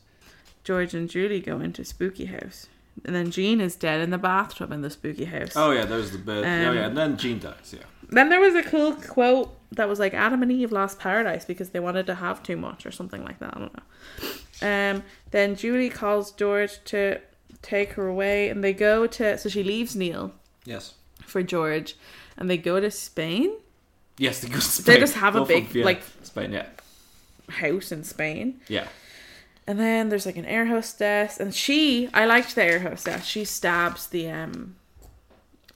B: George and Julie go into spooky house, and then Jean is dead in the bathtub in the spooky house.
A: Oh, yeah, there's the bit. oh,
B: Um,
A: yeah, and then Gene dies, yeah.
B: Then there was a cool quote that was like Adam and Eve lost paradise because they wanted to have too much or something like that. I don't know. Um, then Julie calls George to take her away, and they go to. So she leaves Neil
A: Yes.
B: for George, and they go to Spain
A: Yes, they go to
B: They
A: Spain.
B: just have a
A: Go from
B: big,
A: Vienna.
B: like-
A: Spain, yeah.
B: house in Spain.
A: Yeah.
B: And then there's like an air hostess, and she I liked the air hostess. She stabs the um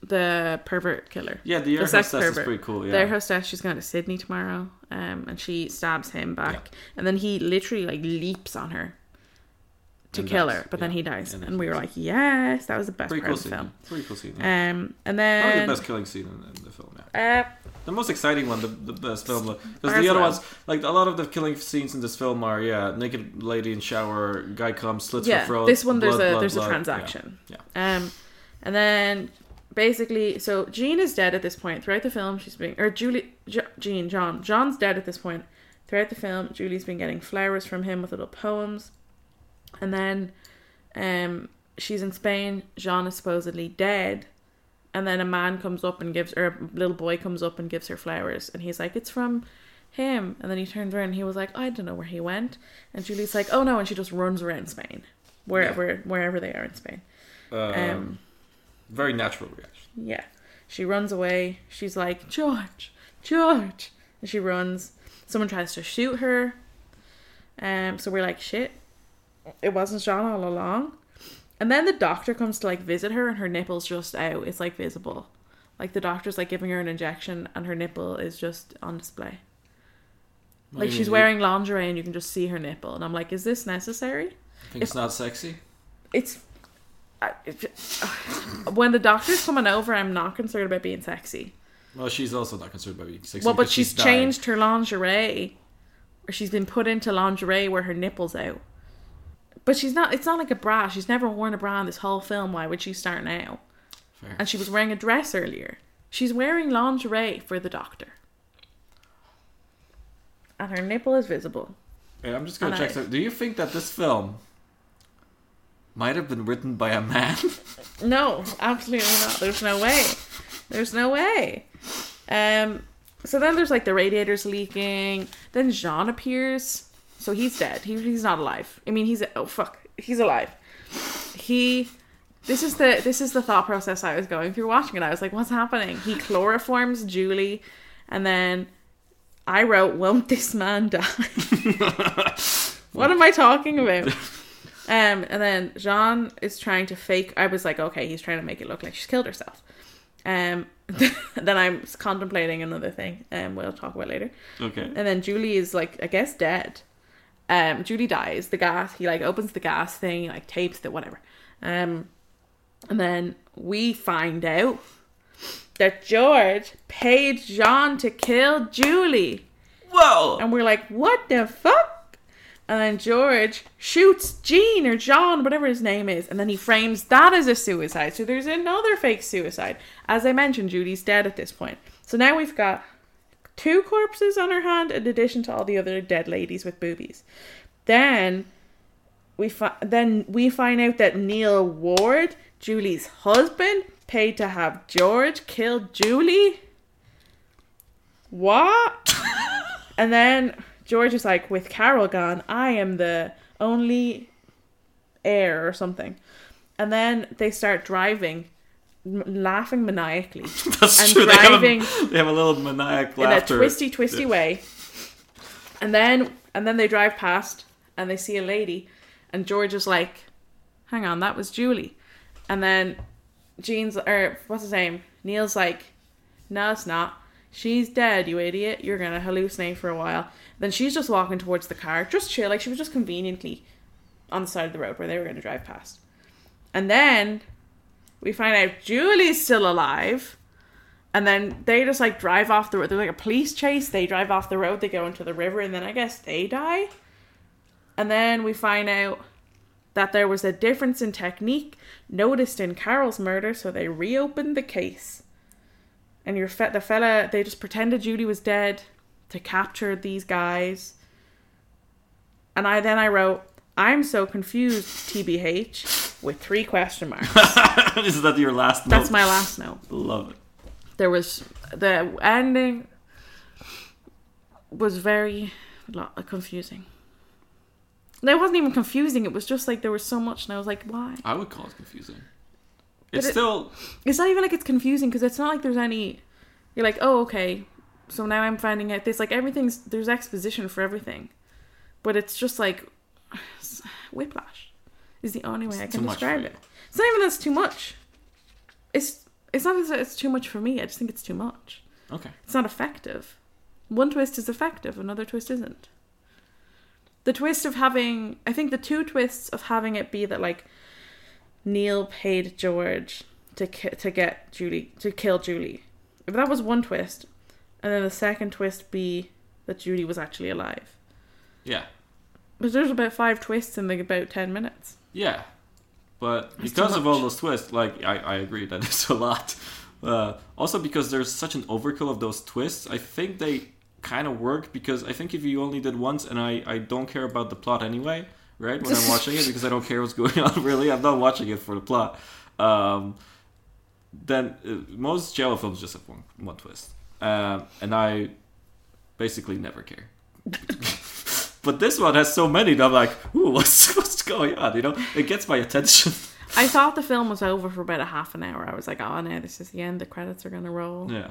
B: the pervert killer.
A: Yeah, the air
B: sex
A: hostess is
B: pervert.
A: pretty cool, yeah.
B: Their hostess, she's going to Sydney tomorrow, um, and she stabs him back, and then he literally like leaps on her to
A: And
B: kill
A: dies,
B: her, but then
A: yeah.
B: he dies,
A: And
B: and,
A: then
B: we were like, yes, that was the best
A: pretty
B: part
A: cool
B: of the
A: scene.
B: film.
A: Pretty cool scene. yeah.
B: Um,
A: Probably
B: and
A: the
B: then
A: best killing scene in, in the film, yeah.
B: uh,
A: The most exciting one, the, the best film, because the
B: Barzilai.
A: other ones, like a lot of the killing scenes in this film are, yeah, naked lady in shower, guy comes, slits
B: yeah,
A: her throat.
B: this one there's
A: blood,
B: a
A: blood,
B: there's
A: blood,
B: a
A: yeah.
B: transaction.
A: Yeah.
B: Um, and then basically, so Jean is dead at this point. Throughout the film, she's been or Julie, J- Jean, John, John's dead at this point. Throughout the film, Julie's been getting flowers from him with little poems, and then, um, she's in Spain. Jean is supposedly dead. And then a man comes up and gives, or a little boy comes up and gives her flowers. And he's like, it's from him. And then he turns around and he was like, "Oh, I don't know where he went. And Julie's like, oh no. And she just runs around Spain, wherever, wherever they are in Spain.
A: Um,
B: Um,
A: very natural reaction.
B: yeah. She runs away. She's like, George, George. And she runs. Someone tries to shoot her. Um, so we're like, shit. It wasn't Jean all along. And then the doctor comes to like visit her and her nipple's just out. It's like visible. Like the doctor's like giving her an injection and her nipple is just on display.
A: What do
B: Like
A: you
B: she's
A: mean?
B: wearing lingerie and you can just see her nipple, and I'm like, is this necessary?
A: You think it's not sexy?
B: It's I, it, when the doctor's coming over, I'm not concerned about being sexy.
A: Well, she's also not concerned about being sexy.
B: well, but
A: because
B: she's,
A: dying.
B: changed her lingerie, or she's been put into lingerie where her nipples out. But she's not. It's not like a bra. She's never worn a bra in this whole film. Why would she start now?
A: Fair.
B: And she was wearing a dress earlier. She's wearing lingerie for the doctor, and her nipple is visible.
A: Yeah, I'm just gonna
B: And
A: check.
B: I-
A: some- do you think that this film might have been written by a man?
B: No, absolutely not. There's no way. There's no way. Um. So then there's like the radiators leaking. Then Jean appears. So he's dead. He, he's not alive. I mean, he's oh fuck, he's alive. He. This is the this is the thought process I was going through watching it. I was like, what's happening? He chloroforms Julie, and then I wrote, "Won't this man die?" what am I talking about? Um, and then Jean is trying to fake. I was like, okay, he's trying to make it look like she's killed herself. Um, then I'm contemplating another thing. Um, we'll talk about later.
A: okay.
B: And then Julie is like, I guess dead. Um, Julie dies. The gas. He like opens the gas thing. He, like tapes the whatever. Um, and then we find out that George paid Jean to kill Julie.
A: Whoa!
B: And we're like, what the fuck? And then George shoots Gene or John, whatever his name is, and then he frames that as a suicide. So there's another fake suicide. As I mentioned, Judy's dead at this point. So now we've got two corpses on her hand, in addition to all the other dead ladies with boobies. Then we fi- then we find out that Neil Ward, Julie's husband, paid to have George kill Julie. What? and then George is like, with Carol gone, I am the only heir or something. And then they start driving, m- laughing maniacally
A: That's
B: and
A: true. They have,
B: driving-
A: a, they have a little maniac
B: in a
A: laughter.
B: twisty, twisty way. And then and then they drive past and they see a lady, and George is like, "Hang on, that was Julie." And then Jean's or what's his name? Neil's like, "No, it's not. She's dead, you idiot. You're gonna hallucinate for a while." Then she's just walking towards the car, just chill, like she was just conveniently on the side of the road where they were gonna drive past. And then we find out Julie's still alive. And then they just like drive off the road. They're like a police chase. They drive off the road. They go into the river, and then I guess they die. And then we find out that there was a difference in technique noticed in Carol's murder, so they reopened the case. And your fe- the fella they just pretended Judy was dead to capture these guys. And I then I wrote, "I'm so confused, TBH," with three question marks.
A: Is that your last note?
B: That's my last note
A: Love it.
B: there was the ending was very lo- confusing. No, It wasn't even confusing. It was just like there was so much, and I was like, "Why?"
A: I would call it confusing. It's
B: it-
A: still
B: It's not even like it's confusing because it's not like there's any. You're like, "Oh, okay." So now I'm finding out this. Like everything's there's exposition for everything, but it's just like whiplash is the only way I
A: It's
B: can
A: too much
B: describe
A: for
B: it.
A: you.
B: It's not even that's too much. It's it's not as it's too much for me. I just think it's too much.
A: okay.
B: It's not effective. One twist is effective, another twist isn't. The twist of having, I think the two twists of having it be that like Neil paid George to ki- to get Julie to kill Julie. But that was one twist, and then the second twist be that Julie was actually alive.
A: Yeah,
B: But there's about five twists in like about ten minutes.
A: yeah. But
B: That's too
A: because of all
B: much.
A: those twists, like I, I agree that it's a lot. Uh, also because there's such an overkill of those twists, I think they kind of work because I think if you only did once, and I I don't care about the plot anyway, right? When I'm watching it because I don't care what's going on. Really, I'm not watching it for the plot. Um, then uh, most Jello films just have one one twist, um, and I basically never care. but this one has so many that I'm like, ooh, what's what's going on? You know, it gets my attention.
B: I thought the film was over for about a half an hour. I was like, oh no, this is the end. The credits are gonna roll.
A: yeah,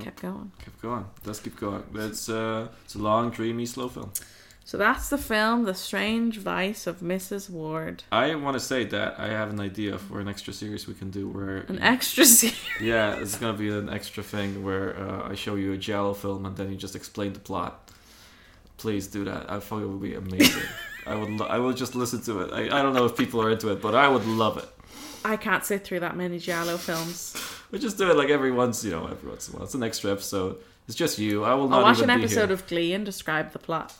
B: Kept going.
A: keep going. Let's keep going. It's uh, it's a long, dreamy, slow film.
B: So that's the film, The Strange Vice of Mrs. Ward.
A: I want to say that I have an idea for an extra series we can do where
B: An extra scene.
A: yeah, it's gonna be an extra thing where uh, I show you a Jello film and then you just explain the plot. Please do that. I thought it would be amazing. I would. Lo- I would just listen to it. I, I don't know if people are into it, but I would love it.
B: I can't sit through that many Giallo films.
A: We just do it like every once, you know, every once in a while. It's an extra episode. It's just you. I will not
B: I'll watch
A: even
B: an
A: be
B: episode
A: here.
B: of Glee and describe the plot.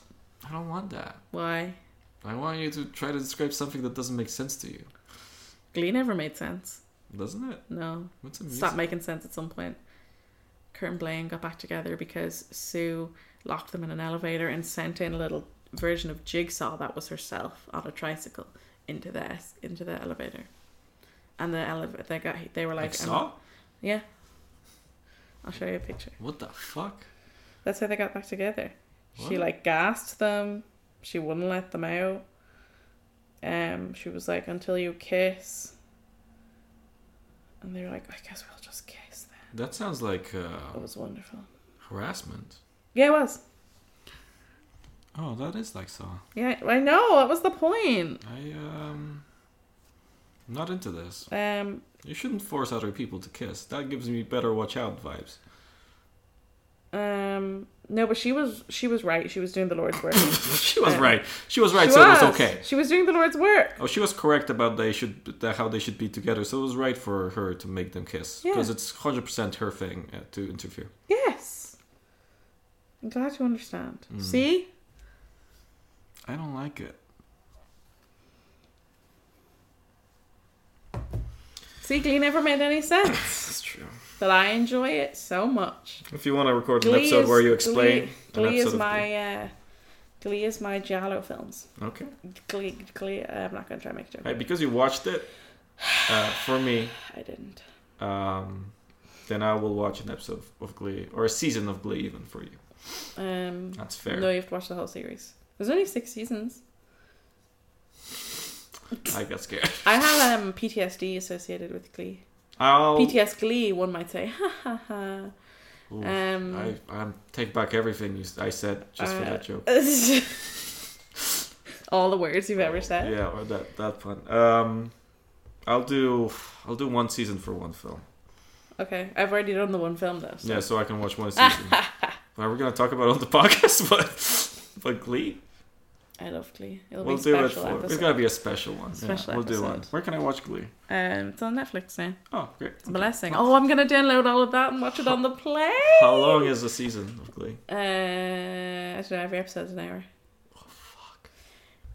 A: I don't want that.
B: Why?
A: I want you to try to describe something that doesn't make sense to you,
B: Glee never made sense.
A: doesn't it?
B: No.
A: What's amazing?
B: Stopped making sense at some point. Kurt and Blaine got back together because Sue locked them in an elevator and sent in a little version of Jigsaw that was herself on a tricycle into the es- into the elevator. And the elevator, they got they were
A: like,
B: like, um,
A: Saw?
B: yeah. I'll show you a picture.
A: What the fuck?
B: That's how they got back together. She
A: What?
B: like gassed them. She wouldn't let them out. Um, she was like, "Until you kiss," and they were like, "I guess we'll just kiss." Then
A: That sounds like
B: it
A: uh,
B: was wonderful.
A: harassment.
B: Yeah, it was.
A: Oh, that is like Saw.
B: Yeah, I know. What was the point?
A: I um, I'm not into this.
B: Um,
A: You shouldn't force other people to kiss. That gives me better watch out vibes.
B: um, no, but she was she was right. She was doing the Lord's work.
A: She was
B: Uh,
A: right. She was right,
B: She
A: so it was okay.
B: She was doing the Lord's work.
A: Oh, she was correct about they should that how they should be together. So it was right for her to make them kiss
B: Yeah.
A: because it's hundred percent her thing uh, to interfere.
B: Yes. I'm glad you understand.
A: Mm.
B: See,
A: I don't like it.
B: see, Glee never made any sense,
A: That's true.
B: but I enjoy it so much.
A: If you want to record an
B: Glee
A: episode
B: is-
A: where you explain, an
B: Glee, Glee
A: episode
B: is
A: of
B: my uh, Glee is my Giallo films.
A: Glee- okay.
B: Glee, Glee. uh, I'm not gonna try and make a joke.
A: Hey, because you watched it, uh, for me,
B: I didn't.
A: um, then I will watch an episode of- of Glee or a season of Glee even for you.
B: Um,
A: That's fair.
B: no, you have to watch the whole series. There's only six seasons.
A: I got scared.
B: I have um PTSD associated with Glee.
A: I'll,
B: PTS Glee, one might say. Ha ha ha.
A: Ooh,
B: Um,
A: I I take back everything you, s- I said just for
B: uh,
A: that joke.
B: All the words you've ever said.
A: Oh, Yeah, or that that pun. Um, I'll do I'll do one season for one film.
B: Okay, I've already done the one film though. so-
A: Yeah, so I can watch one season. well, we're gonna talk about it on the podcast, but but Glee,
B: I love Glee. It'll
A: we'll
B: be
A: do
B: special
A: it for. It's
B: episode.
A: gonna be a special one.
B: Special
A: yeah, we'll do one.
B: episode.
A: Where can I watch Glee?
B: Um, it's on Netflix now.
A: Oh, great.
B: It's a blessing. Oh, I'm gonna download all of that and watch it on the plane.
A: How long is a season of Glee?
B: Uh, I don't know. Uh, Every episode's an hour.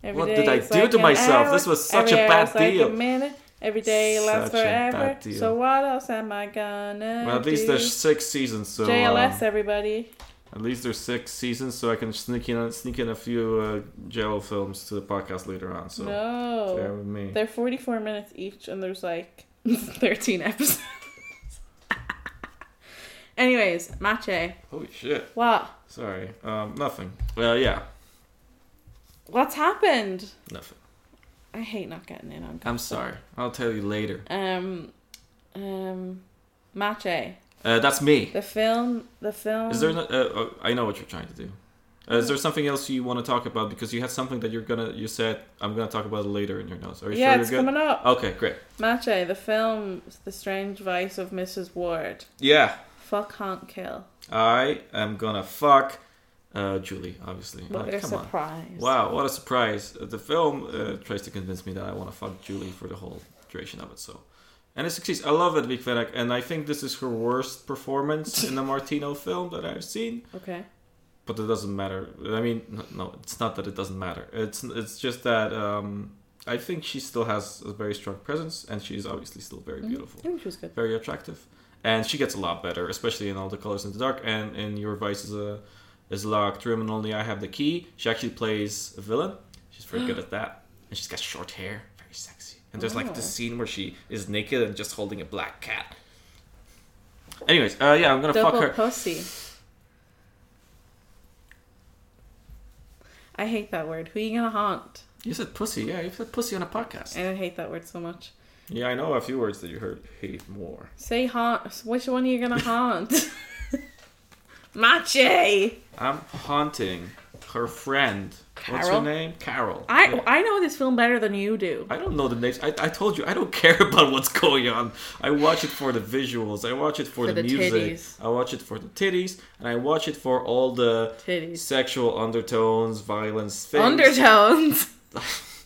B: Every
A: Oh, What
B: day
A: did I
B: it's
A: do
B: like
A: to
B: an
A: myself?
B: hour.
A: This was such
B: Every
A: a
B: hour
A: bad
B: is like
A: deal.
B: A minute. Every day lasts
A: Such a bad
B: forever.
A: deal.
B: So what else am I gonna
A: Well, at
B: do?
A: least there's six seasons, so
B: JLS,
A: um,
B: everybody.
A: at least there's six seasons, so I can sneak in sneak in a few uh, JLo films to the podcast later on. So
B: no,
A: bear with me.
B: they're 44 minutes each, and there's like 13 episodes. Anyways, Mache,
A: Holy shit!
B: what?
A: Sorry. Um, nothing. Well, yeah,
B: What's happened?
A: nothing.
B: I hate not getting in on.
A: I'm sorry. I'll tell you later.
B: Um, um, Mache.
A: Uh, that's me.
B: The film. The film.
A: Is there? No, uh, oh, I know what you're trying to do. Uh, is there something else you want to talk about? Because you had something that you're gonna. You said I'm gonna talk about it later in your notes. Are you
B: yeah,
A: sure
B: it's
A: you're good?
B: coming up.
A: Okay, great.
B: Mache, the film, The Strange Vice of Mrs. Ward.
A: Yeah,
B: Fuck, honk, kill.
A: I am gonna fuck uh, Julie. Obviously.
B: What
A: Like,
B: a
A: come on.
B: surprise.
A: Wow, what a surprise! Uh, The film uh, tries to convince me that I want to fuck Julie for the whole duration of it. So, and it succeeds. I love Edwig Fennec, and I think this is her worst performance in a Martino film that I've seen.
B: Okay.
A: But it doesn't matter. I mean, n- no, it's not that it doesn't matter. It's it's just that um, I think she still has a very strong presence, and she's obviously still very
B: Mm-hmm.
A: beautiful,
B: I think she was good.
A: very attractive, and she gets a lot better, especially in all the colors in the dark. And in Your Vice is a is locked room, and only I have the key. She actually plays a villain. She's very good at that, and she's got short hair, very sexy. And there's like
B: Oh.
A: this scene where she is naked and just holding a black cat. Anyways, uh, yeah, I'm gonna
B: Double
A: fuck her.
B: pussy. I hate that word. Who you gonna haunt?
A: You said pussy, yeah. You said pussy on a podcast.
B: I hate that word so much.
A: Yeah, I know a few words that you heard hate more.
B: Say haunt. Which one are you gonna haunt? Mache!
A: I'm haunting her friend. What's her
B: Carol?
A: name? Carol.
B: I
A: Yeah.
B: I know this film better than you do.
A: I don't know the names. I, I told you I don't care about what's going on. I watch it for the visuals. I watch it for,
B: For
A: the,
B: the
A: music.
B: titties.
A: I watch it for the titties, and I watch it for all the
B: Titties.
A: sexual undertones, violence, things,
B: Undertones.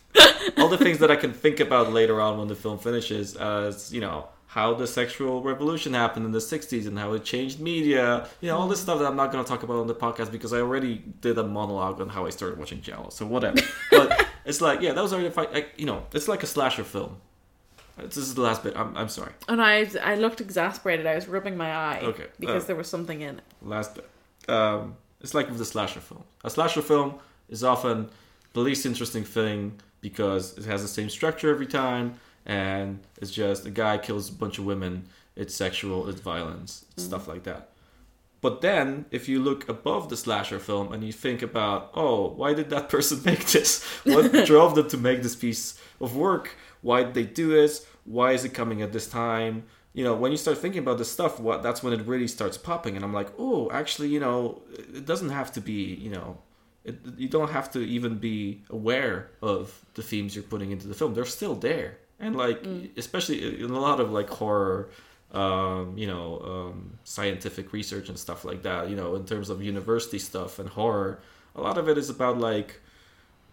A: all the things that I can think about later on when the film finishes. As you know, how the sexual revolution happened in the '60s and how it changed media. You know, all this stuff that I'm not going to talk about on the podcast because I already did a monologue on how I started watching Jello. So whatever. but it's like, yeah, that was already. Fi- I, you know, it's like a slasher film. This is the last bit. I'm, I'm sorry.
B: And I I looked exasperated. I was rubbing my eye
A: Okay,
B: because
A: uh.
B: there was something in it.
A: last bit. Um, it's like with the slasher film. A slasher film is often the least interesting thing because it has the same structure every time, and it's just a guy kills a bunch of women. It's sexual. It's violence. It's stuff like that. But then, if you look above the slasher film and you think about, oh, why did that person make this? What drove them to make this piece of work? Why did they do this? Why is it coming at this time? You know, when you start thinking about this stuff, what that's when it really starts popping. And I'm like, oh, actually, you know, it doesn't have to be, you know, it, you don't have to even be aware of the themes you're putting into the film. They're still there, and like especially in a lot of like horror, um, you know, um, scientific research and stuff like that. You know, in terms of university stuff and horror, a lot of it is about like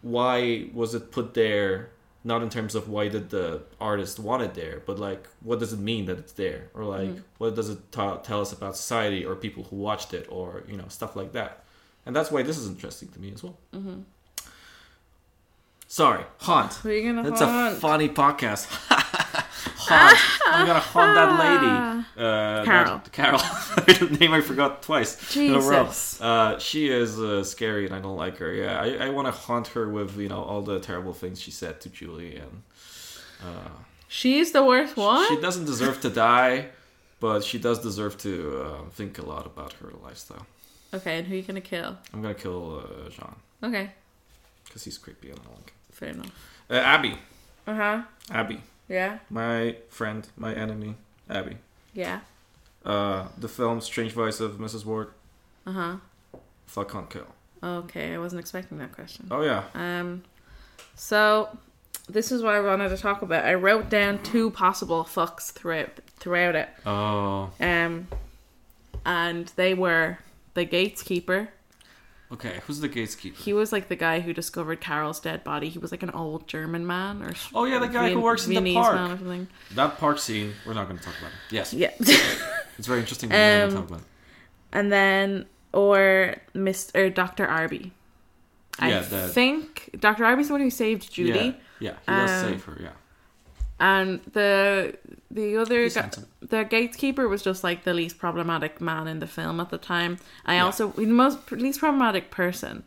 A: why was it put there. Not in terms of why did the artist want it there, but like what does it mean that it's there, or like what does it ta tell us about society or people who watched it, or you know stuff like that, and that's why this is interesting to me as well. Sorry, haunt.
B: Who are you gonna
A: That's
B: haunt?
A: a funny podcast. haunt. I'm gonna haunt that lady. Uh,
B: Carol.
A: that- Carol. the name I forgot twice in a row.
B: Jesus.
A: Uh, she is uh, scary, and I don't like her. Yeah, I, I want to haunt her with you know all the terrible things she said to Julie, and uh,
B: She's the worst one.
A: she doesn't deserve to die, but she does deserve to uh, think a lot about her lifestyle.
B: okay, and who are you gonna kill?
A: I'm gonna kill uh, Jean
B: Okay,
A: because he's creepy and I don't like. him.
B: fair enough.
A: Uh, Abby.
B: Uh huh.
A: Abby.
B: Yeah.
A: My friend, my enemy, Abby.
B: Yeah.
A: Uh, the film Strange Vice of Mrs. Ward.
B: Uh huh.
A: Fuck Hunt Kill.
B: Okay, I wasn't expecting that question.
A: Oh yeah.
B: Um, so this is what I wanted to talk about. I wrote down two possible fucks throughout throughout it.
A: Oh.
B: Um, and they were the gatekeeper.
A: Okay. Who's the gatekeeper?
B: He was like the guy who discovered Carol's dead body. He was like an old German man, or
A: Oh, yeah, the guy who works in the
B: Viennese
A: park.
B: man or something.
A: That park scene. We're not going to talk about it. Yes.
B: Yeah,
A: It's very interesting. We're not
B: Um,
A: gonna talk about it.
B: and then or Mister Doctor Arby. I
A: Yeah, the-
B: think Doctor Arby's the one who saved Judy,
A: Yeah. yeah. He does
B: Um,
A: save her. Yeah.
B: and the the other
A: He's
B: gu-
A: handsome.
B: the gatekeeper was just like the least problematic man in the film at the time. I
A: Yeah.
B: also the most least problematic person.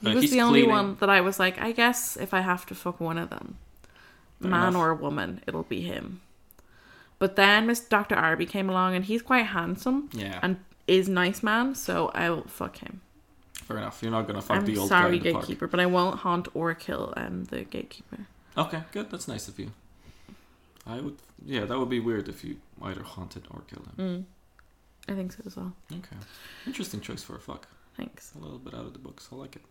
B: He
A: Uh,
B: was
A: he's
B: the only
A: cleaning.
B: one that I was like, I guess if I have to fuck one of them,
A: Fair
B: man
A: enough.
B: or woman, it'll be him. But then Miss Doctor Arby came along, and he's quite handsome
A: Yeah.
B: and is nice man, so I'll fuck him.
A: Fair enough. You're not gonna fuck the
B: I'm
A: old
B: sorry,
A: guy in the
B: gatekeeper, but I won't haunt or kill um the gatekeeper.
A: park. Okay. Good. That's nice of you. I would. Yeah. That would be weird if you either haunted or killed him.
B: I think so as well.
A: Okay. Interesting choice for a fuck.
B: Thanks.
A: A little bit out of the books. I like it.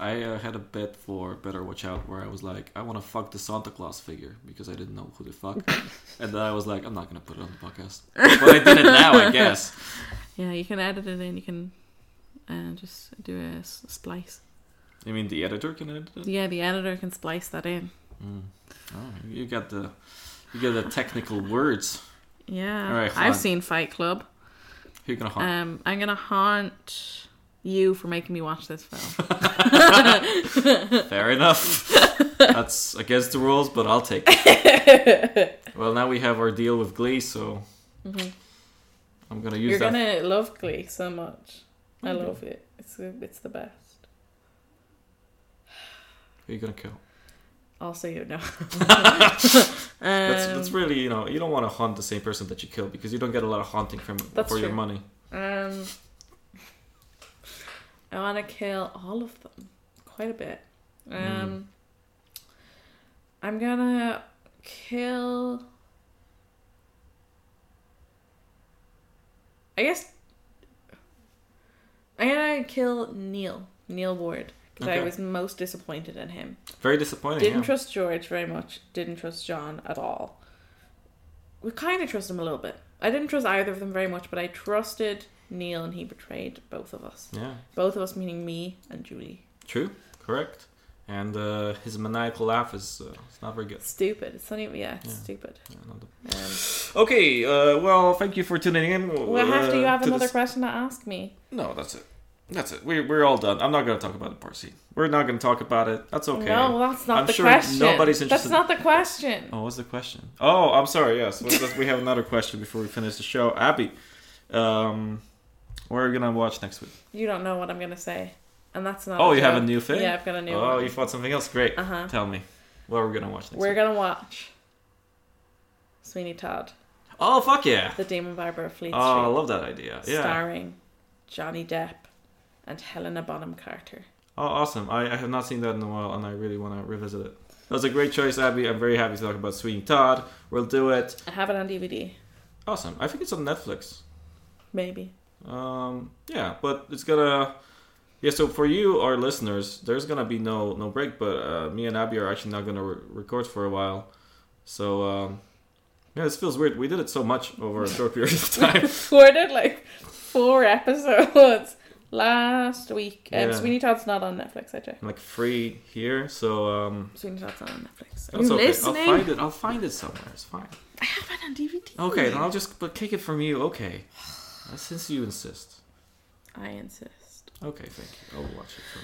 A: I uh, had a bet for Better Watch Out where I was like, I want to fuck the Santa Claus figure because I didn't know who to fuck. and then I was like, I'm not going to put it on the podcast. But I did it now, I guess.
B: Yeah, you can edit it in. You can uh, just do a s- splice.
A: You mean the editor can edit it?
B: Yeah, the editor can splice that in.
A: Mm. Oh, you got the you got the technical words.
B: Yeah,
A: All right, haunt.
B: I've seen Fight Club.
A: Who you gonna haunt?
B: Um, I'm gonna haunt you for making me watch this film. Uh.
A: Mm-hmm. Fair enough. That's against the rules, but I'll take it. well, now we have our deal with Glee, so I'm gonna use
B: You're
A: that.
B: gonna love Glee so much. I
A: Okay.
B: love it. It's the- it's the best.
A: Who you gonna kill?
B: Also, you know.
A: That's,
B: um,
A: that's really, you know, you don't want to haunt the same person that you kill because you don't get a lot of haunting from
B: That's
A: for your
B: true.
A: money.
B: um, I want to kill all of them, quite a bit.
A: Hmm.
B: Um, I'm gonna kill. I guess. I'm gonna I'd kill Neil, Neil Ward, because I
A: Okay.
B: was most disappointed in him.
A: Very disappointing.
B: Didn't
A: yeah.
B: trust George very much. Didn't trust John at all. We kind of trust him a little bit. I didn't trust either of them very much, but I trusted Neil, and he betrayed both of us.
A: yeah,
B: Both of us, meaning me and Julie.
A: true, correct. And uh, his maniacal laugh is uh, it's not very good.
B: Stupid. It's not even. Yeah, it's
A: Yeah.
B: stupid.
A: Yeah, not the-
B: Um,
A: Okay, uh, well, thank you for tuning in.
B: well, have to. You
A: uh,
B: have
A: to
B: another
A: this-
B: question to ask me.
A: No, that's it. That's it. We're, we're all done. I'm not going to talk about the Parsi. We're not going to talk about it. That's okay.
B: No, that's not
A: I'm
B: the
A: sure
B: question.
A: nobody's
B: That's
A: interested-
B: not the question.
A: Oh, what's the question? Oh, I'm sorry. Yes, Let's- let's- we have another question before we finish the show. Abby, um, what are you gonna watch next week?
B: You don't know what I'm gonna say, and that's not.
A: Oh,
B: a
A: you have a
B: joke.
A: new thing.
B: Yeah, I've got a new.
A: oh,
B: one.
A: you fought something else. Great.
B: Uh huh.
A: Tell me, what are we gonna watch next?
B: We're
A: week?
B: gonna watch Sweeney Todd,
A: Oh, fuck yeah!
B: The Demon Barber of Fleet
A: Oh, I
B: Street,
A: love that idea. Yeah.
B: starring Johnny Depp and Helena Bonham Carter.
A: Oh, awesome. I, I have not seen that in a while, and I really want to revisit it. That was a great choice, Abby. I'm very happy to talk about Sweeney Todd. We'll do it.
B: I have it on DVD,
A: Awesome. I think it's on Netflix.
B: maybe.
A: Um, yeah, but it's gonna. Yeah, so for you, our listeners, there's gonna be no no break, but uh, me and Abby are actually not gonna re- record for a while. So um, yeah, this feels weird. We did it so much over a short period of
B: We
A: time.
B: recorded like four episodes last week, and
A: Yeah.
B: Sweeney Todd's not on Netflix. I checked.
A: I'm like free here, so um,
B: Sweeney Todd's not on Netflix. Are
A: that's
B: you
A: okay.
B: listening?
A: I'll find it. I'll find it somewhere. It's fine.
B: I have it on DVD.
A: Okay, then I'll just but kick it from you. Okay, Uh, since you insist.
B: I insist.
A: Okay, thank you. I'll watch it from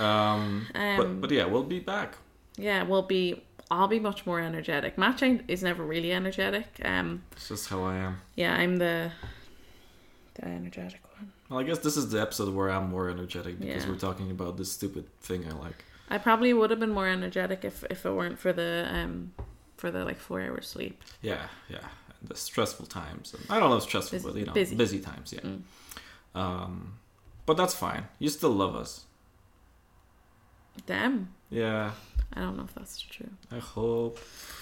A: you. Um,
B: Um,
A: but but yeah, we'll be back.
B: Yeah, we'll be. I'll be much more energetic. Matching is never really energetic. Um,
A: It's just how I am.
B: yeah, I'm the the energetic one.
A: Well, I guess this is the episode where I'm more energetic because
B: Yeah.
A: we're talking about this stupid thing I like.
B: I probably would have been more energetic if if it weren't for the um for the like four hours sleep.
A: Yeah, yeah. The stressful times. And I don't know if stressful,
B: Busy-
A: but you know,
B: busy.
A: busy, times, yeah.
B: Mm.
A: Um, but that's fine. You still love us.
B: Damn,
A: Yeah,
B: I don't know if that's true.
A: I hope.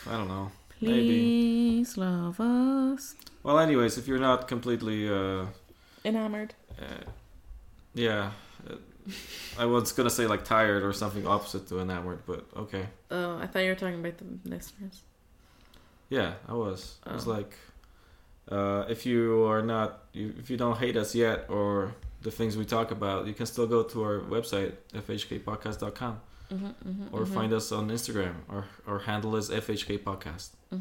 A: I don't know. Maybe.
B: Please love us.
A: Well, anyways, if you're not completely, uh,
B: Enamored.
A: uh yeah. Uh, I was gonna say like tired or something opposite to enamored, but okay.
B: Oh, I thought you were talking about the listeners.
A: Yeah, I was. I was
B: Oh.
A: like, uh, if you are not, you, if you don't hate us yet or the things we talk about, you can still go to our website, fhkpodcast.com,
B: Mm-hmm, mm-hmm,
A: or find us on Instagram. Our, our handle is fhkpodcast.
B: hmm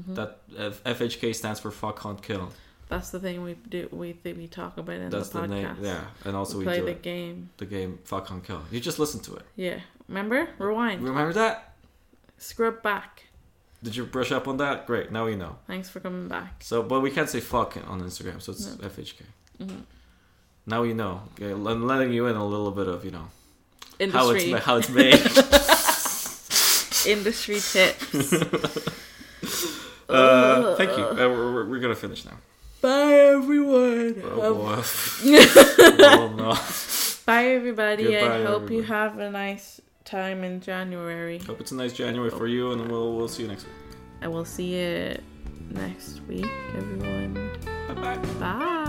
B: hmm
A: That F- FHK stands for fuck, hunt, kill.
B: That's the thing we do. We we talk about in
A: That's
B: the
A: the,
B: podcast.
A: name. Yeah, and also we,
B: we play
A: do
B: the
A: it.
B: game.
A: the game fuck, hunt, kill. You just listen to it.
B: Yeah, remember? Rewind.
A: Remember that?
B: Scrub back.
A: Did you brush up on that? Great, now you know.
B: Thanks for coming back.
A: So, but we can't say fuck on Instagram, so it's FHK.
B: Mhm.
A: Now you know. Okay, I'm letting you in a little bit of you know how it's
B: Industry
A: ma- how it's made.
B: industry tips.
A: uh, thank you. Uh, we're, we're- we're gonna finish now.
B: Bye everyone.
A: Oh,
B: Um,
A: boy. oh no.
B: Bye everybody. I
A: Goodbye,
B: hope you
A: everybody.
B: have a nice time in January.
A: Hope it's a nice January for you, and we'll we'll see you next week.
B: I will see you next week, everyone.
A: Bye bye.
B: Bye.